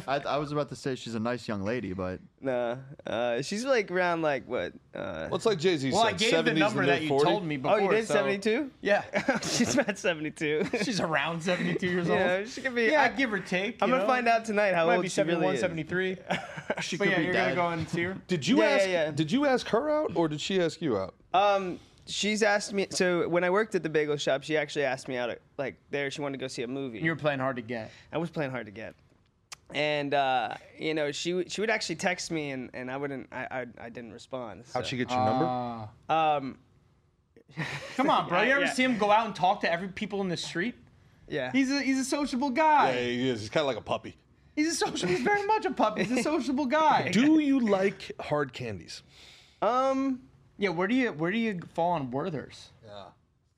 I, I was about to say she's a nice young lady, but nah. Uh, she's like around like what? Uh, What's like Jay Z Well, said? I gave 70s the number and they're that you 40? told me before. oh, you did so- 72? Yeah, <laughs> <laughs> she's about 72. she's around 72 years <laughs> old. yeah, she could be. Yeah, I, give or take. I'm you gonna know? find out tonight how Might old be she 71, really is. <laughs> 73. she but could yeah, be you're gonna dead. go and <laughs> see her. Did you Yeah, ask? yeah, yeah. Did you ask her out or did she ask you out? Um, she's asked me. So when I worked at the bagel shop, she actually asked me out. Like there, she wanted to go see a movie. <laughs> You were playing hard to get. I was playing hard to get. and uh, you know she would- she would actually text me and, and I wouldn't I I, I didn't respond. So. How'd she get your number? Uh, Um, come on, bro. You ever yeah. see him go out and talk to every people in the street? yeah. He's a he's a sociable guy. Yeah, he is. He's kind of like a puppy. He's a social. He's very much a puppy. He's a sociable guy. <laughs> Do you like hard candies? um. Yeah. Where do you where do you fall on Werthers?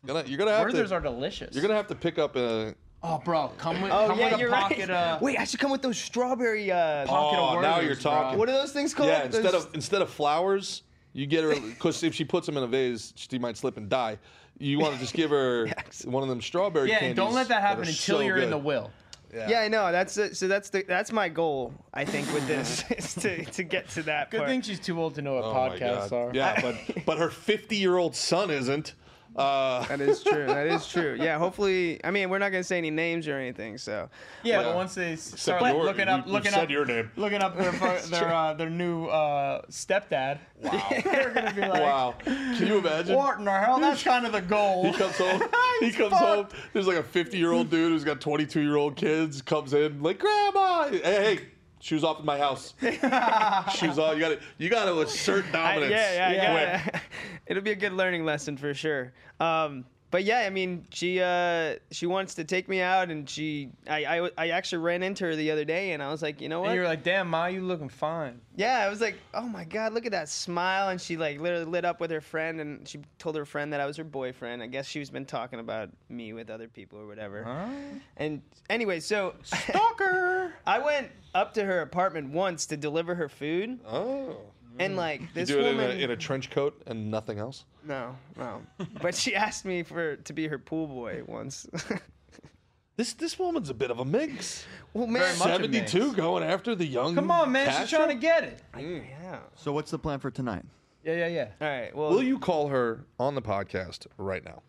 Gonna, you're gonna have Werthers to. are delicious. you're gonna have to pick up a. Oh, bro, come with Oh come yeah, with you're a pocket. right. <laughs> Uh, <laughs> Wait, I should come with those strawberry. Uh, pocket Oh, of now Werthers, you're bro. talking. what are those things called? Yeah, instead Those- of instead of flowers, you get her because if she puts them in a vase, she might slip and die. You want to just give <laughs> her one of them strawberry. Yeah, and candies don't let that happen are until so you're in good. the will. yeah, I know. That's it. So that's the that's my goal. I think with this <laughs> is to, to get to that. Good part. thing she's too old to know what Oh my podcasts God. are. Yeah, but but her 50 year old son isn't. Uh, That is true. That is true. Yeah. Hopefully, I mean, we're not gonna say any names or anything. So Yeah, Yeah. but once they s- start your- looking you- up, you looking said up, your name. looking up <laughs> their fir- their uh, their new uh, stepdad. Wow, they're gonna be like, wow, can you imagine? what in the hell? That's kind of the He goal. comes home. he <laughs> He's comes fucked. home. There's like a 50 year old dude who's got 22 year old kids. Comes in like, Grandma, hey, hey, shoes off in my house. <laughs> shoes off. You got to you got to assert I- dominance. yeah, yeah, quick. yeah. <laughs> It'll be a good learning lesson for sure. Um, but yeah, I mean, she uh, she wants to take me out, and she I, I I actually ran into her the other day, and I was like, you know what? And you're like, damn, ma, you looking fine. Yeah, I was like, oh my god, look at that smile, and she like literally lit up with her friend, and she told her friend that I was her boyfriend. I guess she's been talking about me with other people or whatever. And anyway, so Uh-huh. Stalker. <laughs> I went up to her apartment once to deliver her food, Oh, and like you this do it woman, in a, in a trench coat and nothing else. no, no, but she asked me for to be her pool boy once. <laughs> This this woman's a bit of a mix. well, man, much. a 72 mix. going after the young. Come on, man, she's Castro? trying to get it. yeah. So what's the plan for tonight? Yeah, yeah, yeah. All right, well, Will you call her on the podcast right now?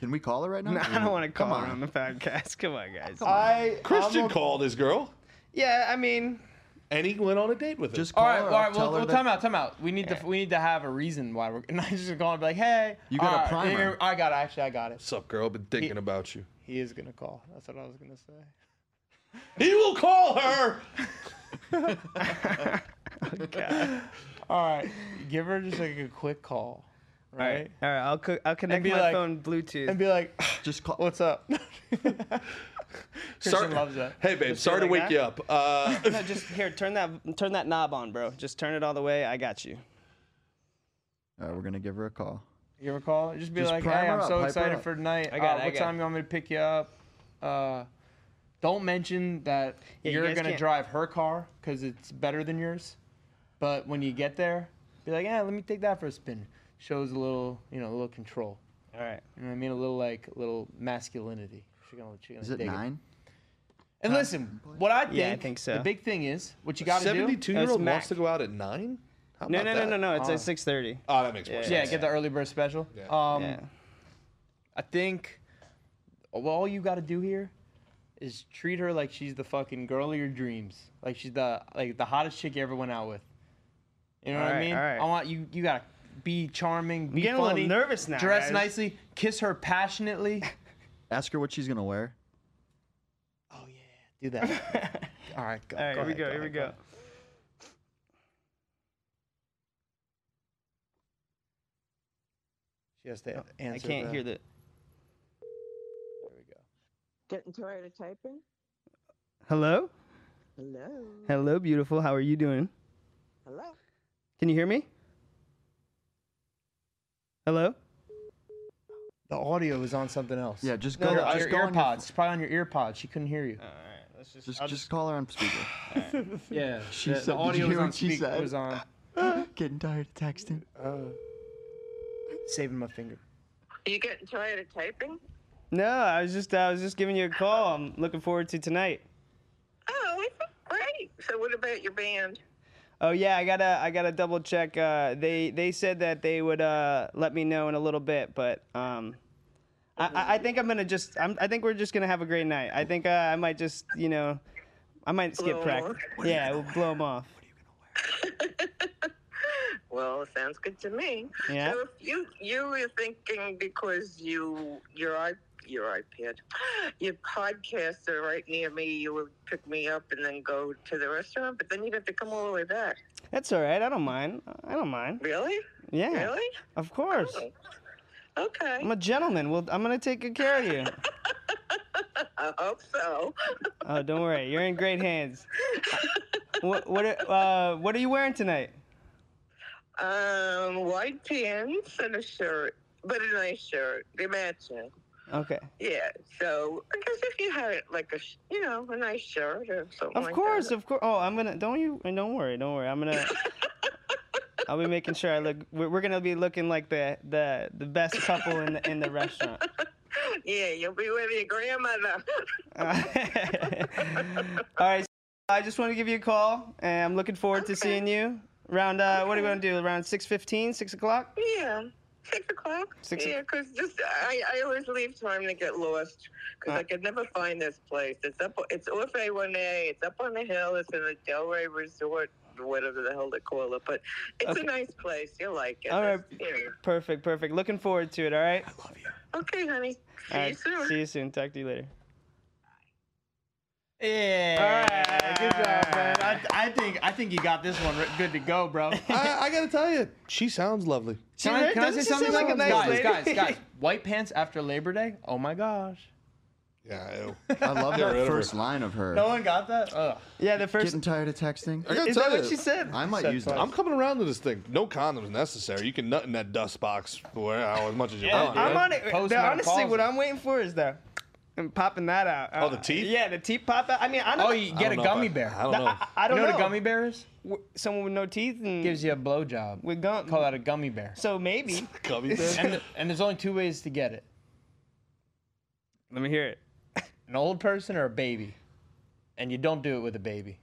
Can we call <laughs> her right now? No, <laughs> I don't want to Mm, Come call her on. on the podcast. Come on, guys. I Christian called his girl, yeah, I mean, and he went on a date with her. Just call All right, her. all up, right. Well, tell her well that- time out, time out. We need to we need to have a reason why we're <laughs> not just going to be like, hey, You got a all right, primer. here- I got it. Actually, I got it. What's up, girl? Been thinking about you. He is gonna call. That's what I was gonna say. He will call her. All right, <laughs> give her just like a quick call, all right? right, all right. I'll co- I'll connect be my like- phone Bluetooth. And be like, Just call. "What's up?" <laughs> Christian loves that. Hey, babe. sorry to like wake that? you up. <laughs> Uh, No, just here. Turn that turn that knob on, bro. Just turn it all the way. I got you. All right, we're gonna give her a call. You ever call? Just be Just like, prime "Hey, her I'm up, so hype her excited up." for tonight. I got Uh, it, I what got time you want me to pick you up?" Uh, don't mention that Yeah, you you're guys gonna can't- drive her car because it's better than yours. But when you get there, be like, "Yeah, let me take that for a spin." Shows a little, you know, a little control. All right. You know what I mean? A little like, a little masculinity. She's gonna, she's gonna Is it dig nine? And listen, what I think, Yeah, I think so. the big thing is what you got to do. Seventy-two year That's old Mac. wants to go out at nine. How No, no, about no, that? no, no. It's Oh. at six thirty. Oh, that makes more Yeah. Yeah, sense. get the early bird special. Yeah. Um, yeah. I think well, all you got to do here is treat her like she's the fucking girl of your dreams, like she's the like the hottest chick you ever went out with. You know what I Alright, mean? alright. I want you. You gotta be charming, be getting a little funny, nervous now, dress guys. nicely, kiss <laughs> her passionately. Ask her what she's gonna wear. Oh, do that. <laughs> all right, go. All right. Here go we ahead, go. Here we ahead, go. She has to I answer. can't hear the. There we go. Getting tired of typing? Hello. Hello? Hello, beautiful. How are you doing? Hello? Can you hear me? Hello. The audio is on something else. Yeah, just No, go. no, just your go on ear pods. She's probably on your ear pods. She couldn't hear you. All right. Let's Your, just, just call her <laughs> on speaker. Yeah. She said- did you hear what she speak- said? was on. Getting tired <laughs> of texting. Saving my finger. Are you getting tired of typing? No, I was just I was just giving you a call. I'm looking forward to tonight. Oh, it's great. So what about your band? <laughs> Oh yeah, I gotta I gotta double check. Uh, they they said that they would uh, let me know in a little bit, but um, I- I, I think I'm gonna just I'm, I think we're just gonna have a great night. I think uh, I might just you know I might skip Blow 'em practice. Yeah, we'll blow them off. Well, it sounds good to me. Yeah. So if you you were thinking because you your eye your iPad, <gasps> your podcasts are right near me. You would pick me up and then go to the restaurant, but then you'd have to come all the way back. That's all right. I don't mind. I don't mind. Really? Yeah. Really? Of course. Oh. Okay. I'm a gentleman. Well, I'm gonna take good care of you. <laughs> I hope so. Oh, don't worry. You're in great hands. Uh, What what are- uh, what are you wearing tonight? Um, white pants and a shirt, but a nice shirt. They match it. Okay. Yeah. So I guess if you had like a, sh- you know, a nice shirt or something. Of like course, that. of course. Oh, I'm gonna. Don't you? Don't worry. Don't worry. I'm <laughs> gonna. I'll be making sure I look. We're, we're gonna be looking like the the the best couple in the in the restaurant. <laughs> <laughs> Yeah, you'll be with your grandmother. <laughs> All right. so I just want to give you a call, and I'm looking forward to Okay. seeing you. Around uh, what are we gonna do? Around 6:15, 6 o'clock. yeah. Six o'clock. Six o- yeah, because just I, I always leave time to get lost because Uh. I could never find this place. It's up. It's off A one A. It's up on the hill. It's in the Delray Resort, whatever the hell they call it. But it's Okay. a nice place. You'll like it. All right. Yeah. Perfect, perfect. Looking forward to it. All right. Okay, honey. See All you right. soon. See you soon. Talk to you later. Yeah. Good job, man. Yeah. I, I think I think you got this one ri- good to go, <laughs> bro. I, I gotta tell you, she sounds lovely. Can really- I, can I doesn't say she something? seem like a nice guys, lady? guys, guys. White pants after Labor Day? Oh my gosh. Yeah. <laughs> I love Get rid of that her. first line of her. No one got that? Ugh. Yeah. The first. Getting tired of texting. <laughs> I gotta Is tell that you, what she said? I might Said use twice. that. I'm coming around to this thing. No condoms necessary. You can nut in that dust box for how- as much as you Yeah, want. dude. I'm on it. Postmenopausal. Now, honestly, what I'm waiting for is that and popping that out. Uh, Oh, the teeth? Yeah, the teeth pop out. I mean, I don't. Oh, you I don't get a know if gummy I- bear. I don't <laughs> know. I, I You don't know know. what a gummy bear is? W- Someone with no teeth and Gives you a blowjob. We with gum. call that a gummy bear. So maybe. Gummy bear. And, and there's only two ways to get it Let me hear it. an old person or a baby. And you don't do it with a baby.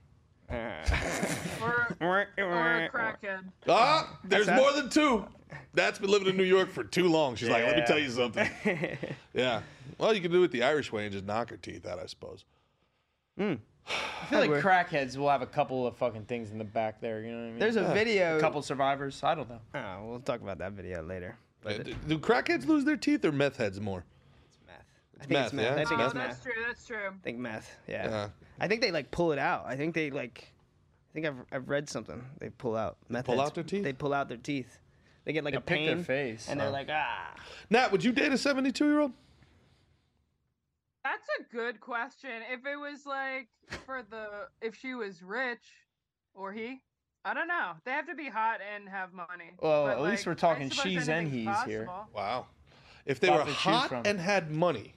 Or, <laughs> or a crackhead. Ah, there's That's- more than two. That's been living in New York for too long. She's like, let me tell you something. yeah. Well, you can do it the Irish way and just knock her teeth out, I suppose. I feel like crackheads will have a couple of fucking things in the back there. You know what I mean? There's a video. a couple survivors. I don't know. Oh, we'll talk about that video later. Uh, d- Do crackheads lose their teeth or meth heads more? I think it's Meth, meth. yeah? I It's think Oh, it's meth. that's true. That's true. I think meth. Yeah. Yeah. I think they like pull it out. I think they like. I think I've I've read something. They pull out meth. Pull heads. out their teeth? They pull out their teeth. They get like They a pick pain their face. and they're like ah. Nat, would you date a 72 year old? That's a good question. If it was like for the if she was rich or he, I don't know. They have to be hot and have money. Well, But, at least like, we're I talking suppose she's and anything's he's here. possible. Wow. If they Lot were to choose hot from. and had money.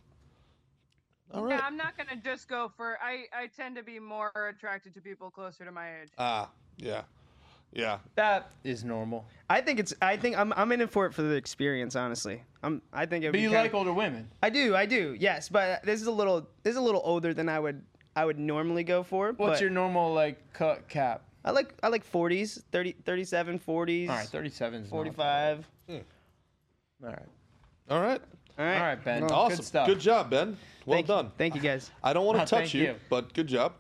All Yeah, right. I'm not gonna just go for. I I tend to be more attracted to people closer to my age. Ah, yeah. Yeah. That is normal. I think it's. I think I'm. I'm in it for it for the experience. Honestly, I'm. I think it. But you like older women. I do. I do. Yes, but this is a little. This is a little older than I would. I would normally go for. What's but your normal like cut cap? I like. I like 40s, 30, 37, 40s, All right, 37 is 45. All right. All right. All right. All right, Ben. Well, Awesome. Good stuff. job, Ben. Well thank you- done. Thank you guys. I don't want to Oh, touch thank you, you. but good job.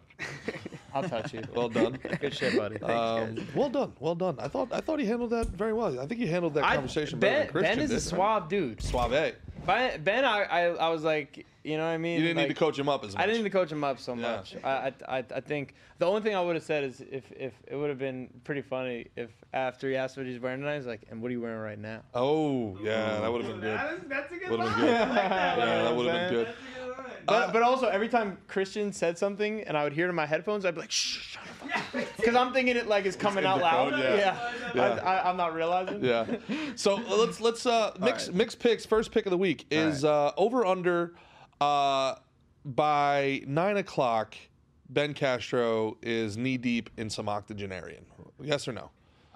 I'll touch <laughs> you. Well done. Good shit, buddy. Um, well done, well done. I thought I thought he handled that very well. I think he handled that conversation better ben, than Christian ben is a did. suave dude. Suave. Ben, ben I, I, I was like, you know what I mean? You didn't like, need to coach him up as much. I didn't need to coach him up so Yeah. much. I, I, I I think the only thing I would have said is if, if it would have been pretty funny if after he asked what he's wearing tonight, he's like, and what are you wearing right <laughs> now? Oh yeah, that would have been good. That's a good Would have been good. <laughs> yeah, that would have been good. Uh, But, but also every time Christian said something and I would hear it in my headphones, I'd be like, shh, shut the fuck Because I'm thinking it like is coming out the loud. phone, yeah. I, Yeah. I, I'm not realizing. Yeah. So let's let's uh mix mix picks. First pick of the week is uh over under uh by nine o'clock. Ben Castro is knee deep in some octogenarian. Yes or no?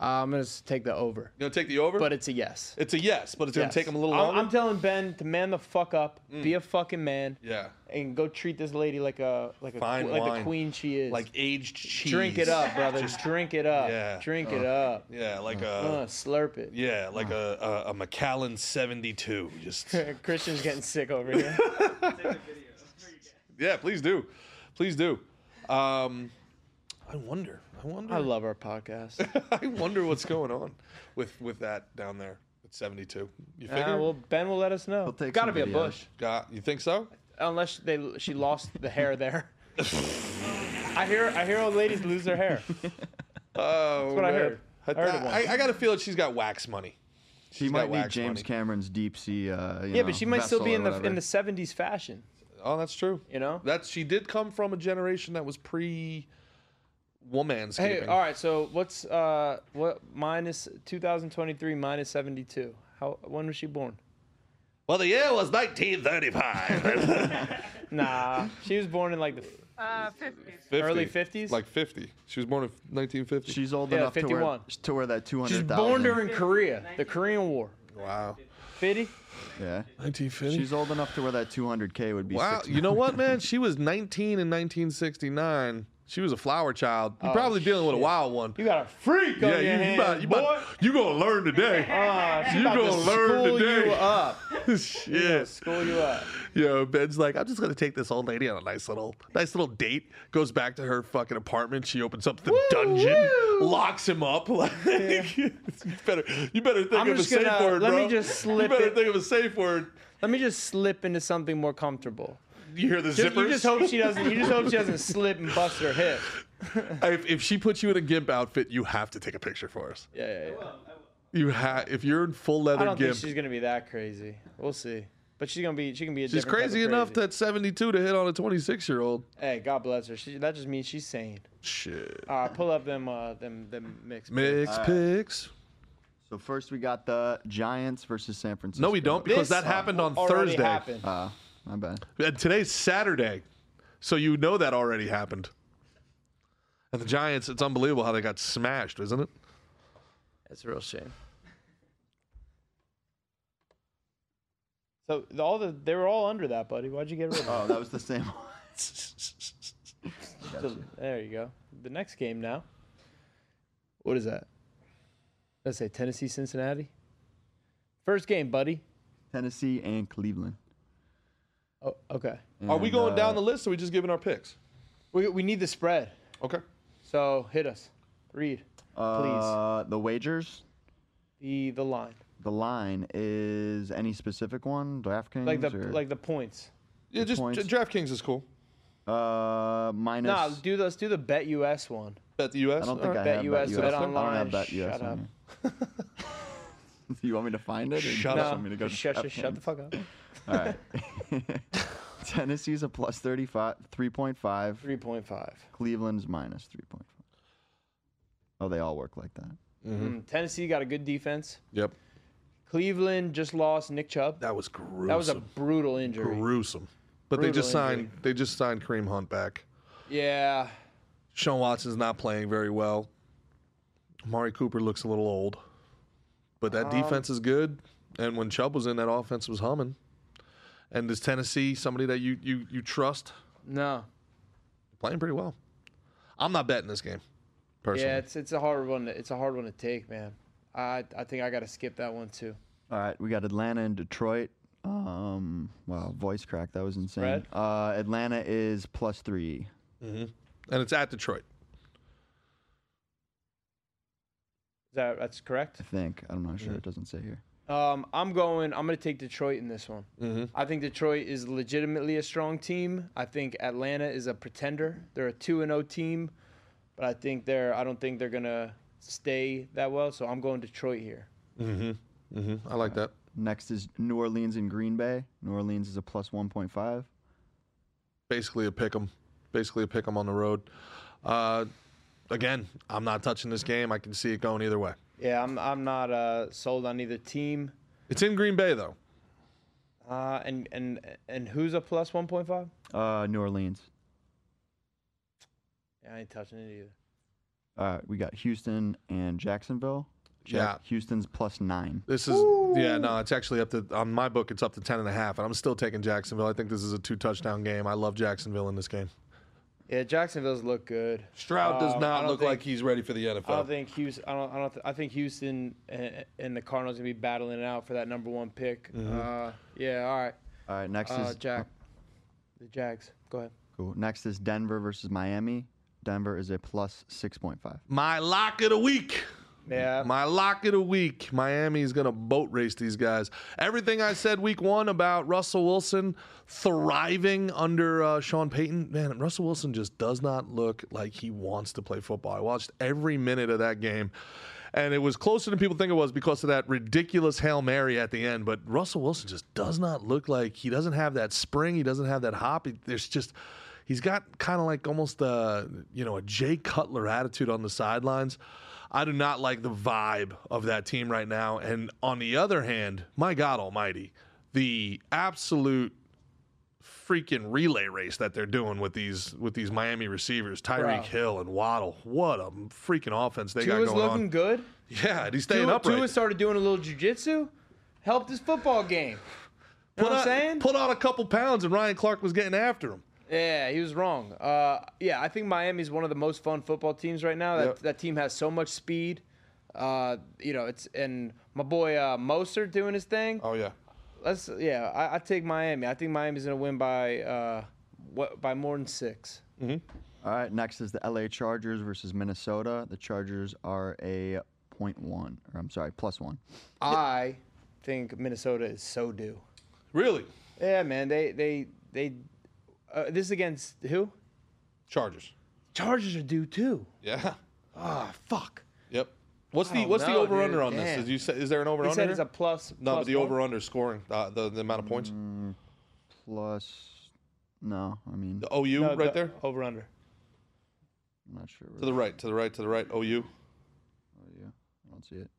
Uh, I'm going to take the over. You gonna take the over? But it's a yes. it's a yes, but it's gonna Yes. take him a little I'm- longer. I'm, telling Ben to man the fuck up, Mm. be a fucking man, yeah. and go treat this lady like a like a Fine que- like wine. the queen she is. Like aged cheese. drink it up, brother. drink it up. Yeah. Oh. Drink it up. Yeah, like Uh, a slurp it. yeah, like a, a a McAllen seventy two. <laughs> Just Christian's getting sick over here. yeah, please do, please do. Um, I wonder, <laughs> I wonder, <laughs> I love our podcast. I wonder what's going on with with that down there. 72. You Uh, figure? well, Ben will let us know. He'll take Gotta some be a videos. Bush, Got- you think so? unless they she lost the hair there. I hear I hear old ladies lose their hair. Oh, what I man. heard. I, I heard of one. I, I got a feeling she's got wax money. She She's got might need wax James money. Cameron's deep sea. Uh, you Yeah, know, but she might still be vessel or in the in whatever. the '70s fashion. Oh, that's true. You know? that's she did come from a generation that was pre womanscaping. Hey, all right. So what's uh what minus 2023 minus 72? How when was she born? Well, the year was <laughs> 1935, Nah, she was born in like the Uh, 50s. 50. Early 50s? like 50. She was born in 1950. She's old Yeah, enough to wear 51. to wear that two She's hundred thousand. born during Korea, the Korean War. wow, Fitty? Yeah, 1950. she's old enough to where that two hundred k would be. wow, six you know what, man? She was 19 in 1969. She was a flower child. You're probably dealing with a wild one. Oh, You got a freak on your you, hands, about, you, boy. about, you gonna learn <laughs> today. Uh, she You about to gonna learn school today. You up. <laughs> Shit. School you up. Yo, Ben's like, I'm just gonna take this old lady on a nice little, nice little date. Goes back to her fucking apartment. She opens up the dungeon, locks him up. <laughs> Like, you better, you better think I'm of a just safe gonna- word, let me bro. just you slip better it- think of a safe word. Let me just slip into something more comfortable. You hear the Just, zippers? you just hope she doesn't. You just hope she doesn't slip and bust her hip. if, if she puts you in a gimp outfit, you have to take a picture for us. Yeah, yeah, yeah. You have. If you're in full I leather don't gimp, think she's gonna be that crazy. We'll see. But she's gonna be. She can be. A she's different type crazy of enough that 72 to hit on a 26 year old. Hey, God bless her. She, that just means she's sane. Shit. All right, pull up them. Uh, them. Them mix. Mix picks. So first we got the Giants versus San Francisco. No, we don't because that happened on Thursday. Happened. Uh, my bad. And today's Saturday, so you know that already happened. And the Giants, it's unbelievable how they got smashed, isn't it? That's a real shame. So the- all the they were all under that, buddy. Why'd you get rid of Oh, them? that was the same. <laughs> one. So- there you go. The next game now. What is that? Let's say Tennessee, Cincinnati. First game, buddy. Tennessee and Cleveland. Oh, okay. Are we And, going uh, down the list or are we just giving our picks? We we need the spread. Okay. So hit us. Read, please. Uh, the wagers. The the line, The line is any specific one? DraftKings like the or like the points. Yeah, just points. DraftKings is cool. uh minus. Nah, do the, let's do the Bet US one. Bet the US. I don't All think right. I Bet have US, bet US. Bet I don't Online, have bet shut US. up. on here. Do <laughs> you want me to find it? or do you Shut just up. want me to go to shut, shut, shut DraftKings? the fuck up. All right. <laughs> Tennessee's a plus 35, 3.5. Three point five. Cleveland's minus 3.5. Oh, they all work like that. Mm, Tennessee got a good defense. Yep. Cleveland just lost Nick Chubb. That was gruesome. That was a brutal injury. gruesome. But they Brutal just signed injury. they just signed Kareem Hunt back. Yeah. Sean Watson's not playing very well. Amari Cooper looks a little old. But Um, that defense is good. And when Chubb was in, that offense was humming. And is Tennessee somebody that you you you trust? No. Playing pretty well. I'm not betting this game, personally. Yeah, it's it's a hard one. To, it's a hard one to take, man. I I think I got to skip that one too. All right, we got Atlanta and Detroit. Um, wow, voice crack. That was insane. Fred? Uh, Atlanta is plus three. and it's at Detroit. Is that that's correct? I think. I'm not sure. It doesn't say here. Um, I'm going. I'm going to take Detroit in this one. I think Detroit is legitimately a strong team. I think Atlanta is a pretender. They're a two and zero team, but I think they're. I don't think they're gonna stay that well. So I'm going Detroit here. I like that. Next is New Orleans and Green Bay. New Orleans is a plus 1.5. Basically a pick 'em. Basically a pick 'em on the road. Uh, again, I'm not touching this game. I can see it going either way. Yeah, I'm. I'm not uh, sold on either team. It's in Green Bay though. Uh, and and and who's a plus one point five? Uh, New Orleans. Yeah, I ain't touching it either. All right, we got Houston and Jacksonville. Jack- Yeah. Houston's plus nine. This is yeah, no, it's actually up to on my book it's up to ten and a half, and I'm still taking Jacksonville. I think this is a two touchdown game. I love Jacksonville in this game. Yeah, Jacksonville's look good. Stroud does Um, I not don't look think- like he's ready for the NFL. I don't think Houston. I don't. I don't. Th- I think Houston and, and the Cardinals gonna be battling it out for that number one pick. Uh, yeah. All right. All right, next Uh, is Jack. The Jags. Go ahead. Cool. Next is Denver versus Miami. Denver is a plus 6.5. my lock of the week. Yeah. My lock of the week. Miami's going to boat race these guys. Everything I said week one about Russell Wilson thriving under uh, Sean Payton, man, Russell Wilson just does not look like he wants to play football. I watched every minute of that game. And it was closer than people think it was because of that ridiculous Hail Mary at the end. But Russell Wilson just does not look like he doesn't have that spring. He doesn't have that hop. He- There's just, he's got kind of like almost a, you know, a Jay Cutler attitude on the sidelines. I do not like the vibe of that team right now. And on the other hand, my God Almighty, the absolute freaking relay race that they're doing with these with these Miami receivers, Tyreek Bro. Hill and Waddle. What a freaking offense they got Tua's going looking on. good. Yeah, and he's staying Tua, upright. Tua started doing a little jujitsu, helped his football game. put, You know what I'm on, saying? put on a couple pounds, and Ryan Clark was getting after him. Yeah, he was wrong. Uh, yeah, I think Miami's one of the most fun football teams right now. That Yep. that team has so much speed. Uh, you know, it's and my boy uh, Moser doing his thing. Oh yeah, Let's yeah, I, I take Miami. I think Miami's gonna win by uh, what by more than six. All right, next is the LA Chargers versus Minnesota. The Chargers are a point one, or I'm sorry, plus one. I think Minnesota is so due. really? Yeah, man, they they they. Uh, this is against who? Chargers. Chargers are due too. Yeah. <laughs> Ah, fuck. Yep. What's I the don't What's the know, over Oh, dude. under on this? Damn. Is you say, is there an over He under? said it's a plus. no, plus but the one. Mm. over under scoring uh, the the amount of points. Plus, no, I mean, The OU No, right the there Over under. I'm not sure. to the right, to the right, to the right. OU. Oh, yeah, I don't see it.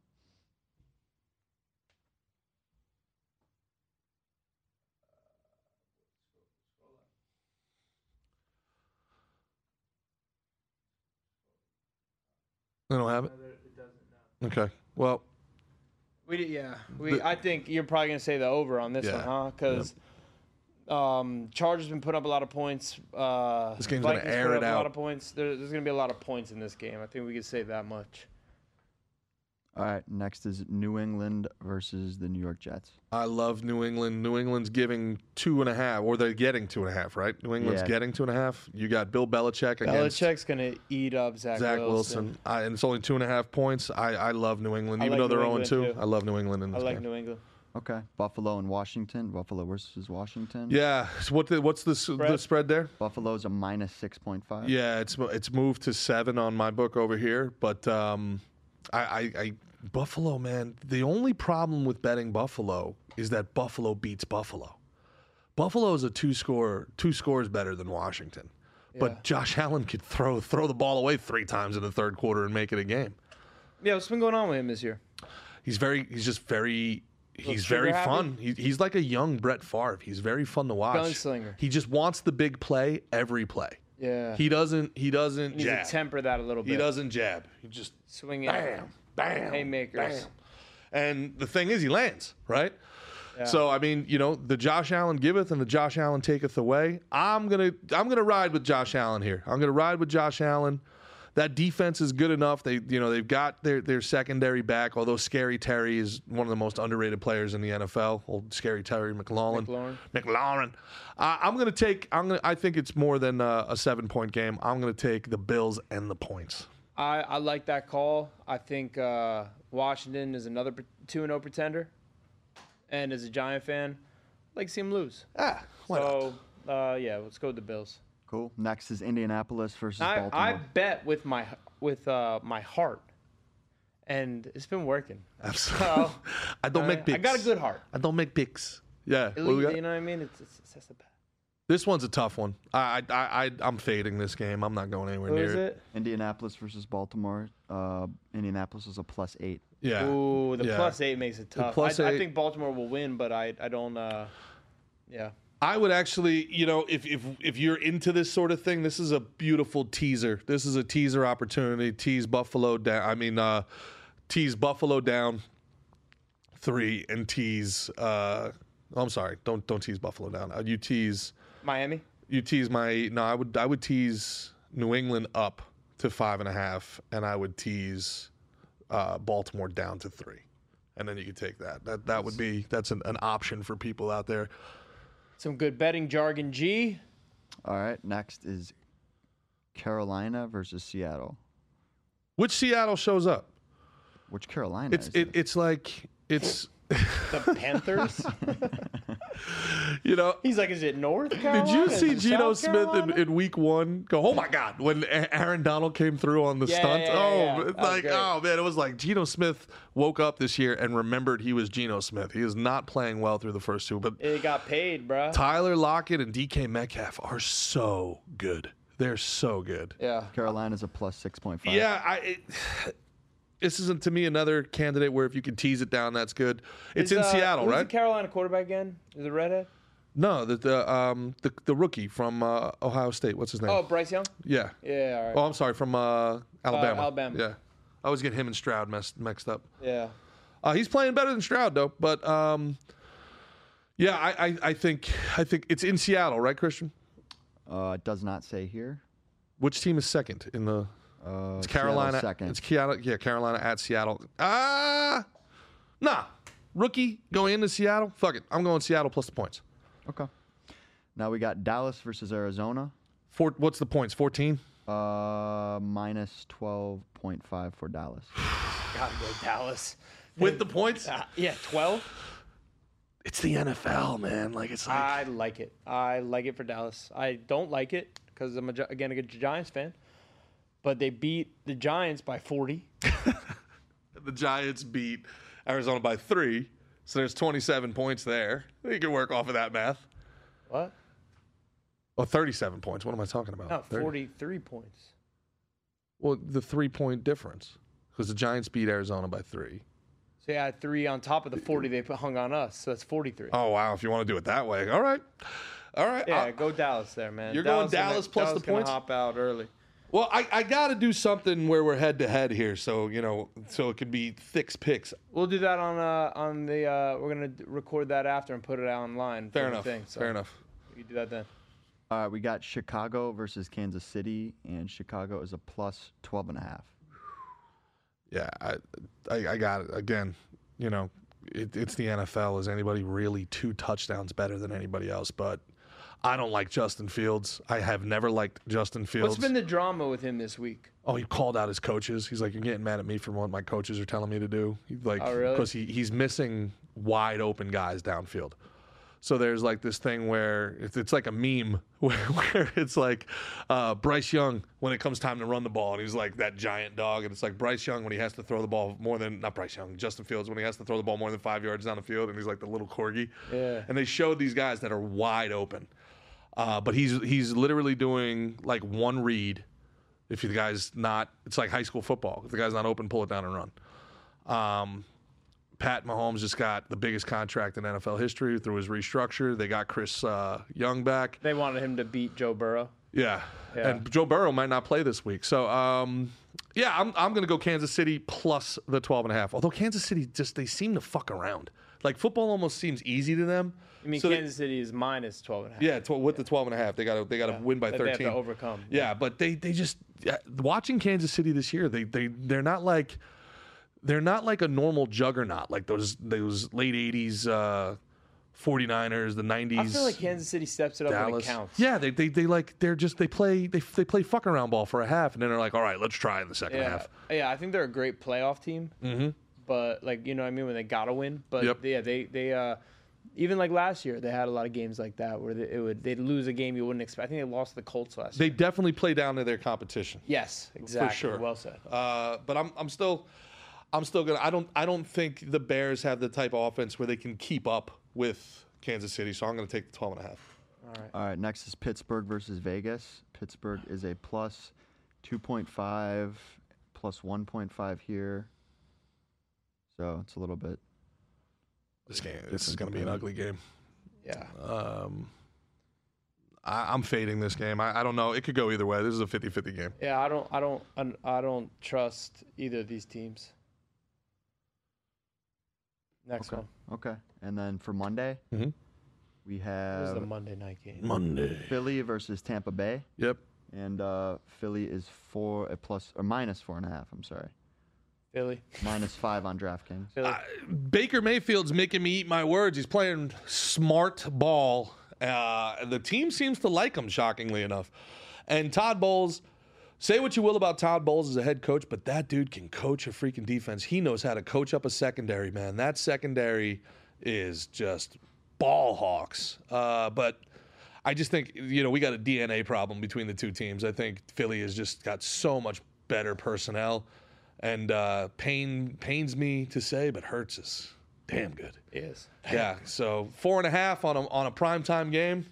They don't have it. Okay. Well, We did, yeah. We I think you're probably gonna say the over on this Yeah. one, huh? Because um, Chargers been putting up a lot of points. Uh, This game's gonna Vikings air put it up A out. lot of points. There, there's gonna be a lot of points in this game. I think we could say that much. All right, next is New England versus the New York Jets. I love New England. New England's giving two and a half, or they're getting two and a half, right? New England's Yeah. getting two and a half. You got Bill Belichick against Belichick's gonna eat up Zach, Zach Wilson, Wilson. I, and it's only two and a half points. I, I love New England, I even like though they're New zero and two. England, too. I love New England in I this like game. New England. Okay, Buffalo and Washington. Buffalo versus Washington. Yeah, so what the, what's the s the Spread? spread there? Buffalo's a minus six point five. Yeah, it's mo- it's moved to seven on my book over here, but um, I, I, I Buffalo man. The only problem with betting Buffalo is that Buffalo beats Buffalo. Buffalo is a two score two scores better than Washington, but Josh Allen could throw throw the ball away three times in the third quarter and make it a game. Yeah, what's been going on with him this year? He's very he's just very. He's sugar very happy? fun. He, he's like a young Brett Favre. He's very fun to watch. Gunslinger. He just wants the big play every play. Yeah, He doesn't. He doesn't. needs jab. to temper that a little bit. He doesn't jab. He just swing it. bam, bam, Haymakers. bam. And the thing is, he lands right. So I mean, you know, the Josh Allen giveth and the Josh Allen taketh away. I'm gonna I'm gonna ride with Josh Allen here. I'm gonna ride with Josh Allen. That defense is good enough. They you know they've got their their secondary back. Although Scary Terry is one of the most underrated players in the NFL. Old Scary Terry McLaurin. McLaurin. McLaurin. Uh, I'm gonna take. I'm gonna. I think it's more than uh, a seven point game. I'm gonna take the Bills and the points. I, I like that call. I think uh, Washington is another pre- 2 0 pretender. And as a Giant fan, I'd like to see him lose. Ah, why not? So, uh, yeah, let's go with the Bills. Cool. Next is Indianapolis versus I, Baltimore. I bet with my with uh, my heart, and it's been working. Absolutely. So, <laughs> I don't I- make picks. I got a good heart. I don't make picks. Yeah. what we Elite, got? you know what I mean? It's, it's, it's that's the bet. This one's a tough one. I I I I- I'm fading this game. I'm not going anywhere Who near is it? Indianapolis versus Baltimore. Uh, Indianapolis is a plus eight. Yeah. Ooh, the Yeah. plus eight makes it tough. plus I, I eight- think Baltimore will win, but I I don't. Uh, yeah. I would actually, you know, if if if you're into this sort of thing, this is a beautiful teaser. This is a teaser opportunity. Tease Buffalo down. I mean, uh, tease Buffalo down three and tease. Uh, I'm sorry. Don't don't tease Buffalo down. Uh, you tease. Miami. you tease my no i would i would tease new england up to five and a half and i would tease uh, baltimore down to three and then you could take that that that would be that's an, an option for people out there Some good betting jargon. G. All right, next is Carolina versus Seattle. which seattle shows up Which Carolina It's is it, it's like it's <laughs> The Panthers. you know He's like, is it North Carolina? <laughs> Did you Is see it Geno South Smith in, Carolina?" in week one go, oh my God, when A- Aaron Donald came through on the Yeah, stunt? yeah, yeah, oh, yeah. it's That was like, great. oh man, it was like Geno Smith woke up this year and remembered he was Geno Smith. He is not playing well through the first two, but It got paid, bruh. Tyler Lockett and DK Metcalf are so good. They're so good. Yeah. Carolina's a plus six point five. Yeah, I. It, <sighs> this isn't to me another candidate where if you can tease it down, that's good. It's Is, in uh, Seattle, who's right? the Carolina quarterback again? Is it redhead? no, the the um the, the rookie from uh, Ohio State. What's his name? Oh, Bryce Young. yeah. Yeah. All right. Oh, I'm sorry, from uh, Alabama. Alabama. Yeah, I always get him and Stroud messed mixed up. Yeah. Uh, he's playing better than Stroud though, but um, yeah, I, I I think I think it's in Seattle, right, Christian? Uh, it does not say here. Which team is second in the? Uh, It's Seattle's Carolina. Second. It's Seattle. Yeah, Carolina at Seattle. Ah, nah. Rookie going into Seattle. Fuck it. I'm going Seattle plus the points. okay. Now we got Dallas versus Arizona. Four, what's the points? 14. Uh, minus twelve point five for Dallas. Gotta go Dallas. With the points, Ah, yeah, twelve. it's the NFL, man. Like it's like I like it. I like it for Dallas. I don't like it because I'm a, Gi- again a Gi- Giants fan, but they beat the Giants by 40. the Giants beat Arizona by three, so there's 27 points there. You can work off of that math. What? Oh, 37 points. What am I talking about? No, 30. 43 points. Well, the three point difference because the Giants beat Arizona by three. So yeah, three on top of the 40 they put, hung on us. So that's 43. Oh wow! If you want to do it that way, all right, all right. yeah, I- go Dallas there, man. Uh, You're going and Dallas that- plus the Dallas gonna points? Hop out early. Well, I, I got to do something where we're head to head here, so you know, so it could be thick picks. We'll do that on uh, on the. Uh, we're gonna d- record that after and put it out online. for Fair the enough. thing, so Fair enough. You do that then. All right, we got Chicago versus Kansas City, and Chicago is a plus twelve and a half. Yeah, I, I, I got it again. You know, it, it's the NFL. Is anybody really two touchdowns better than anybody else? But I don't like Justin Fields. I have never liked Justin Fields. What's been the drama with him this week? oh, he called out his coaches. He's like, "You're getting mad at me for what my coaches are telling me to do." He, like, Oh, really? Because he, he's missing wide open guys downfield. So there's like this thing where it's, it's like a meme <laughs> where, where it's like uh, Bryce Young when it comes time to run the ball, and he's like that giant dog, and it's like Bryce Young when he has to throw the ball more than not Bryce Young, Justin Fields when he has to throw the ball more than five yards down the field, and he's like the little corgi. Yeah. And they showed these guys that are wide open, uh, but he's he's literally doing like one read. If the guy's not, it's like high school football. If the guy's not open, pull it down and run. Um, Pat Mahomes just got the biggest contract in NFL history through his restructure. They got Chris uh, Young back. They wanted him to beat Joe Burrow. Yeah. Yeah. And Joe Burrow might not play this week. So, um, yeah, I'm, I'm going to go Kansas City plus the 12 and a half. Although Kansas City just, they seem to fuck around. Like football almost seems easy to them. I mean, So they- Kansas City is minus 12 and a half. yeah, tw- with the 12 and a half, they got to they got to win by that 13. They have to overcome. Yeah, but they they just yeah, watching Kansas City this year, they they they're not like they're not like a normal juggernaut like those those late 80s uh 49ers, the 90s. I feel like Kansas City steps it up when it Dallas. counts. Yeah, they, they they like they're just they play they they play fuck around ball for a half and then they're like, all right, let's try in the second Yeah. uh, half. Yeah, I think they're a great playoff team. Mm-hmm. But like you know, what I mean, when they gotta win. But Yep. yeah, they they uh, even like last year, they had a lot of games like that where they, it would they'd lose a game you wouldn't expect. I think they lost to the Colts last year. They definitely play down to their competition. Yes, exactly. sure. Well said. Uh, but I'm I'm still I'm still gonna I don't I don't think the Bears have the type of offense where they can keep up with Kansas City, so I'm gonna take the 12 and a half. All right, next is Pittsburgh versus Vegas. Pittsburgh is a plus 2.5, plus 1.5 here. So it's a little bit. This game this is gonna be an ugly game. Yeah. Um I, I'm fading this game. I, I don't know. It could go either way. This is a 50-50 game. Yeah. I don't. I don't. un- I don't trust either of these teams. Next Okay. one. Okay. And then for Monday, Mhm. This we is the Um, have Monday night game. Monday. Philly versus Tampa Bay. Yep. And uh, Philly is four, a plus or minus four and a half. I'm sorry. Philly. <laughs> Minus five on DraftKings. Philly. Baker Mayfield's making me eat my words. He's playing smart ball. Uh, the team seems to like him, shockingly enough. And Todd Bowles Say what you will about Todd Bowles as a head coach, but that dude can coach a freaking defense. He knows how to coach up a secondary, man. That secondary is just ball hawks. Uh, but I just think, you know, we got a DNA problem between the two teams. I think Philly has just got so much better personnel. And uh, pain pains me to say, but Hurts is damn good. Yes. Yeah, so four and a half on a on a primetime game.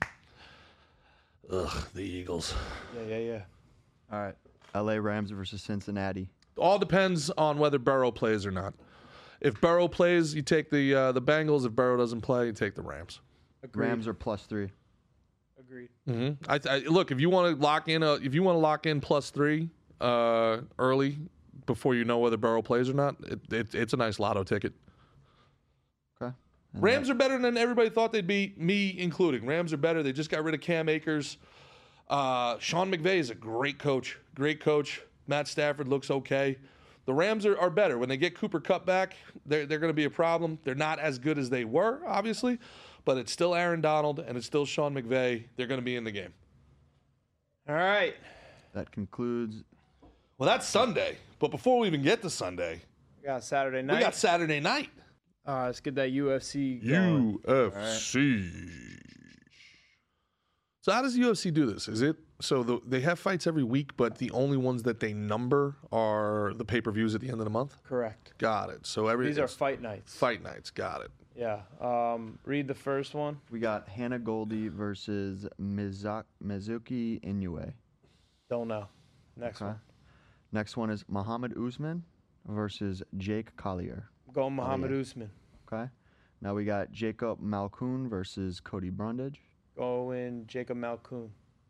Ugh, the Eagles. Yeah, yeah, yeah. All right. LA Rams versus Cincinnati. All depends on whether Burrow plays or not. If Burrow plays, you take the uh, the Bengals. If Burrow doesn't play, you take the Rams. Rams are plus three. Agreed. hmm I, I look if you want to lock in a, if you want to lock in plus three uh, early before you know whether Burrow plays or not. It, it, it's a nice lotto ticket. Okay. And Rams are better than everybody thought they'd be, me including. Rams are better. They just got rid of Cam Akers. Uh, Sean McVay is a great coach. Great coach. Matt Stafford looks okay. The Rams are, are better. When they get Cooper Cup back, they're, they're going to be a problem. They're not as good as they were, obviously, but it's still Aaron Donald and it's still Sean McVay. They're going to be in the game. All right. That concludes. Well, that's Sunday. But before we even get to Sunday, We got Saturday night. we got Saturday night. Uh, let's get that UFC. going. UFC. So how does UFC do this? Is it so the, they have fights every week, but the only ones that they number are the pay per views at the end of the month? Correct. Got it. So every These are it's fight nights. fight nights. Got it. Yeah. Um, read the first one. We got Hannah Goldie versus Mizak- Mizuki Inoue. Don't know. Next Okay. one. Next one is Muhammad Usman versus Jake Collier. Go Muhammad Usman. Okay. Now we got Jacob Malcoon versus Cody Brundage. Go in Jacob Malcoon.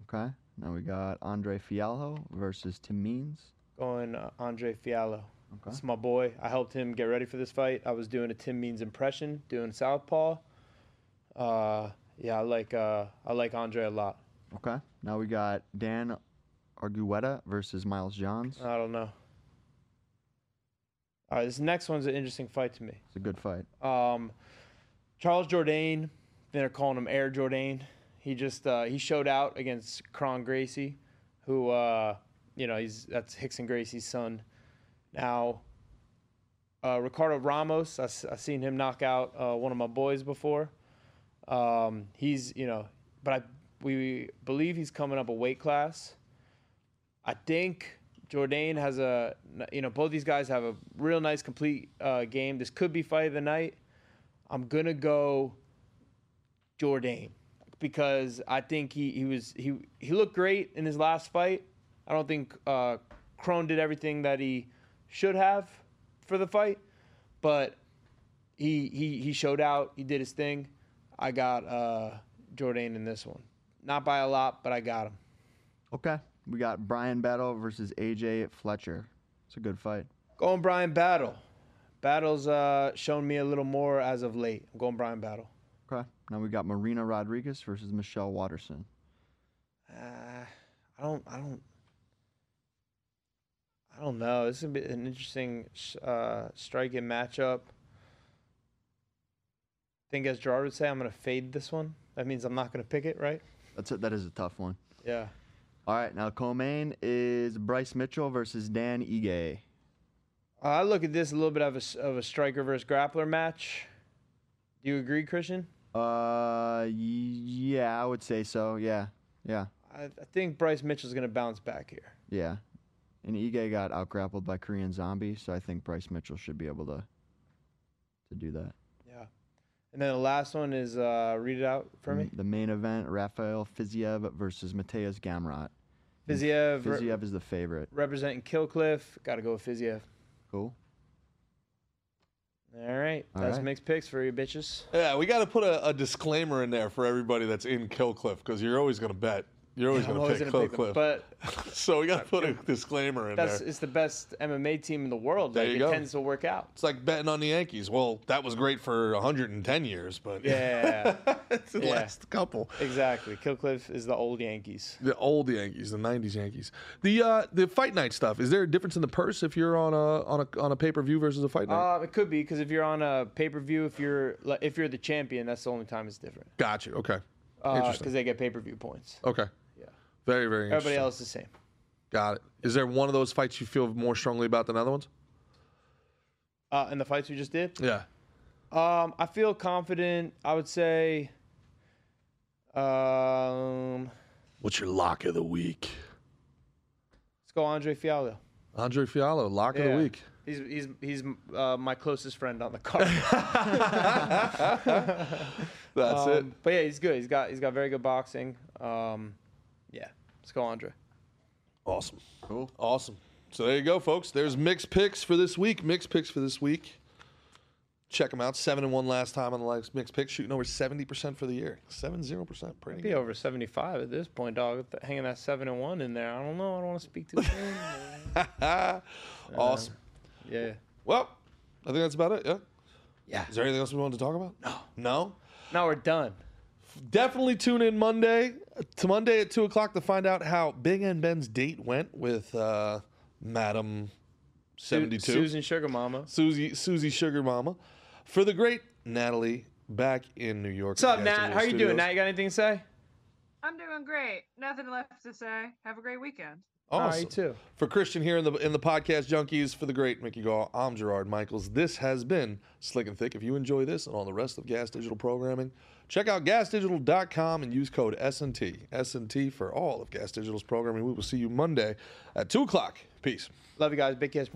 Okay. Now we got Andre Fialho versus Tim Means. Going uh, Andre Fiallo. Okay. It's my boy. I helped him get ready for this fight. I was doing a Tim Means impression, doing Southpaw. Uh, yeah, I like uh, I like Andre a lot. Okay. Now we got Dan Argueta versus Miles Johns. I don't know. All right, this next one's an interesting fight to me. It's a good fight. Um, Charles Jourdain, they're calling him Air Jourdain. He just uh, he showed out against Cron Gracie, who uh, you know he's that's Hicks and Gracie's son. Now, uh, Ricardo Ramos, I, have seen him knock out uh, one of my boys before. Um, he's you know, but I we believe he's coming up a weight class. I think Jordan has a, you know, both these guys have a real nice complete uh, game. This could be fight of the night. I'm gonna go Jordan because I think he he was he he looked great in his last fight. I don't think uh, Crone did everything that he should have for the fight, but he he he showed out. He did his thing. I got uh, Jordan in this one, not by a lot, but I got him. Okay. We got Brian Battle versus AJ Fletcher. It's a good fight. Going Brian Battle. Battle's uh, shown me a little more as of late. I'm going Brian Battle. Okay. Now we got Marina Rodriguez versus Michelle Watterson. Uh, I don't. I don't. I don't know. This is gonna be an interesting sh- uh, striking matchup. I think, as Gerard would say, I'm gonna fade this one. That means I'm not gonna pick it, right? That's a, that is a tough one. Yeah. All right. Now co-main is Bryce Mitchell versus Dan Ige. Uh, I look at this a little bit of a s- of a striker versus grappler match. Do you agree, Christian? Uh, y- yeah, I would say so. Yeah, yeah, I, I think Bryce Mitchell's gonna bounce back here. yeah. And Ige got outgrappled by Korean Zombie, so I think Bryce Mitchell should be able to to do that. Yeah. And then the last one is uh, read it out for me. The main event: Rafael Fiziev versus Mateus Gamrot. Fiziev, re- Mm-hmm. Fiziev is the favorite. representing Killcliff. Got to go with Fiziev. Cool. All right. All That's right. mixed picks for you bitches. Yeah, we got to put a, a disclaimer in there for everybody that's in Killcliff because you're always going to bet. You're always <laughs> I'm going always to pick gonna pick them, Killcliff. but <laughs> so we got to put a disclaimer in that's there. it's the best MMA team in the world. There like you it go. tends to work out. <laughs> It's like betting on the Yankees. Well, that was great for 110 years, but Yeah, <laughs> it's the Yeah. last couple. exactly. Killcliff is the old Yankees. The old Yankees, the '90s Yankees. The uh, the fight night stuff. Is there a difference in the purse if you're on a on a on a pay per view versus a fight night? Uh, it could be because if you're on a pay per view, if you're like, if you're the champion, that's the only time it's different Uh, Got you. Okay. because Interesting. they get pay per view points. Okay. Yeah. Very very. Everybody interesting. else is the same. Got it. Is there one of those fights you feel more strongly about than other ones? Uh, in the fights we just did, Yeah. um, I feel confident. I would say, um, What's your lock of the week? let's go Andre Fiallo. Andre Fiallo, lock of Yeah. the week. He's he's he's uh, my closest friend on the <laughs> card. That's it. Um, But yeah, he's good. He's got he's got very good boxing. Um, yeah, let's go Andre. Awesome. Cool. Awesome. So there you go, folks. There's mixed picks for this week. Mixed picks for this week. Check them out. Seven and one last time on the last mixed picks, shooting over seventy percent for the year. Seven zero percent. Pretty Be good. over seventy five at this point, dog. Hanging that seven and one in there. I don't know. I don't want to speak too <laughs> soon. <laughs> awesome. yeah. Well, I think that's about it. Yeah. Yeah. Is there anything else we wanted to talk about? No. No. Now we're done. Definitely tune in Monday to Monday at two o'clock to find out how Big and Ben's date went with uh, Madam Seventy Two. Susan Sugar Mama. Susie Susie Sugar Mama, for the great Natalie back in New York. What's up, Nat? How you doing? Nat, you got anything to say? I'm doing great. Nothing left to say. Have a great weekend. All right, you too. For Christian here in the in the podcast junkies, for the great Mickey Gall, I'm Gerard Michaels. This has been Slick and Thick. If you enjoy this and all the rest of Gas Digital programming, check out gasdigital.com and use code SNT. SNT for all of Gas Digital's programming. We will see you Monday at two o'clock. Peace. Love you guys. Big kiss.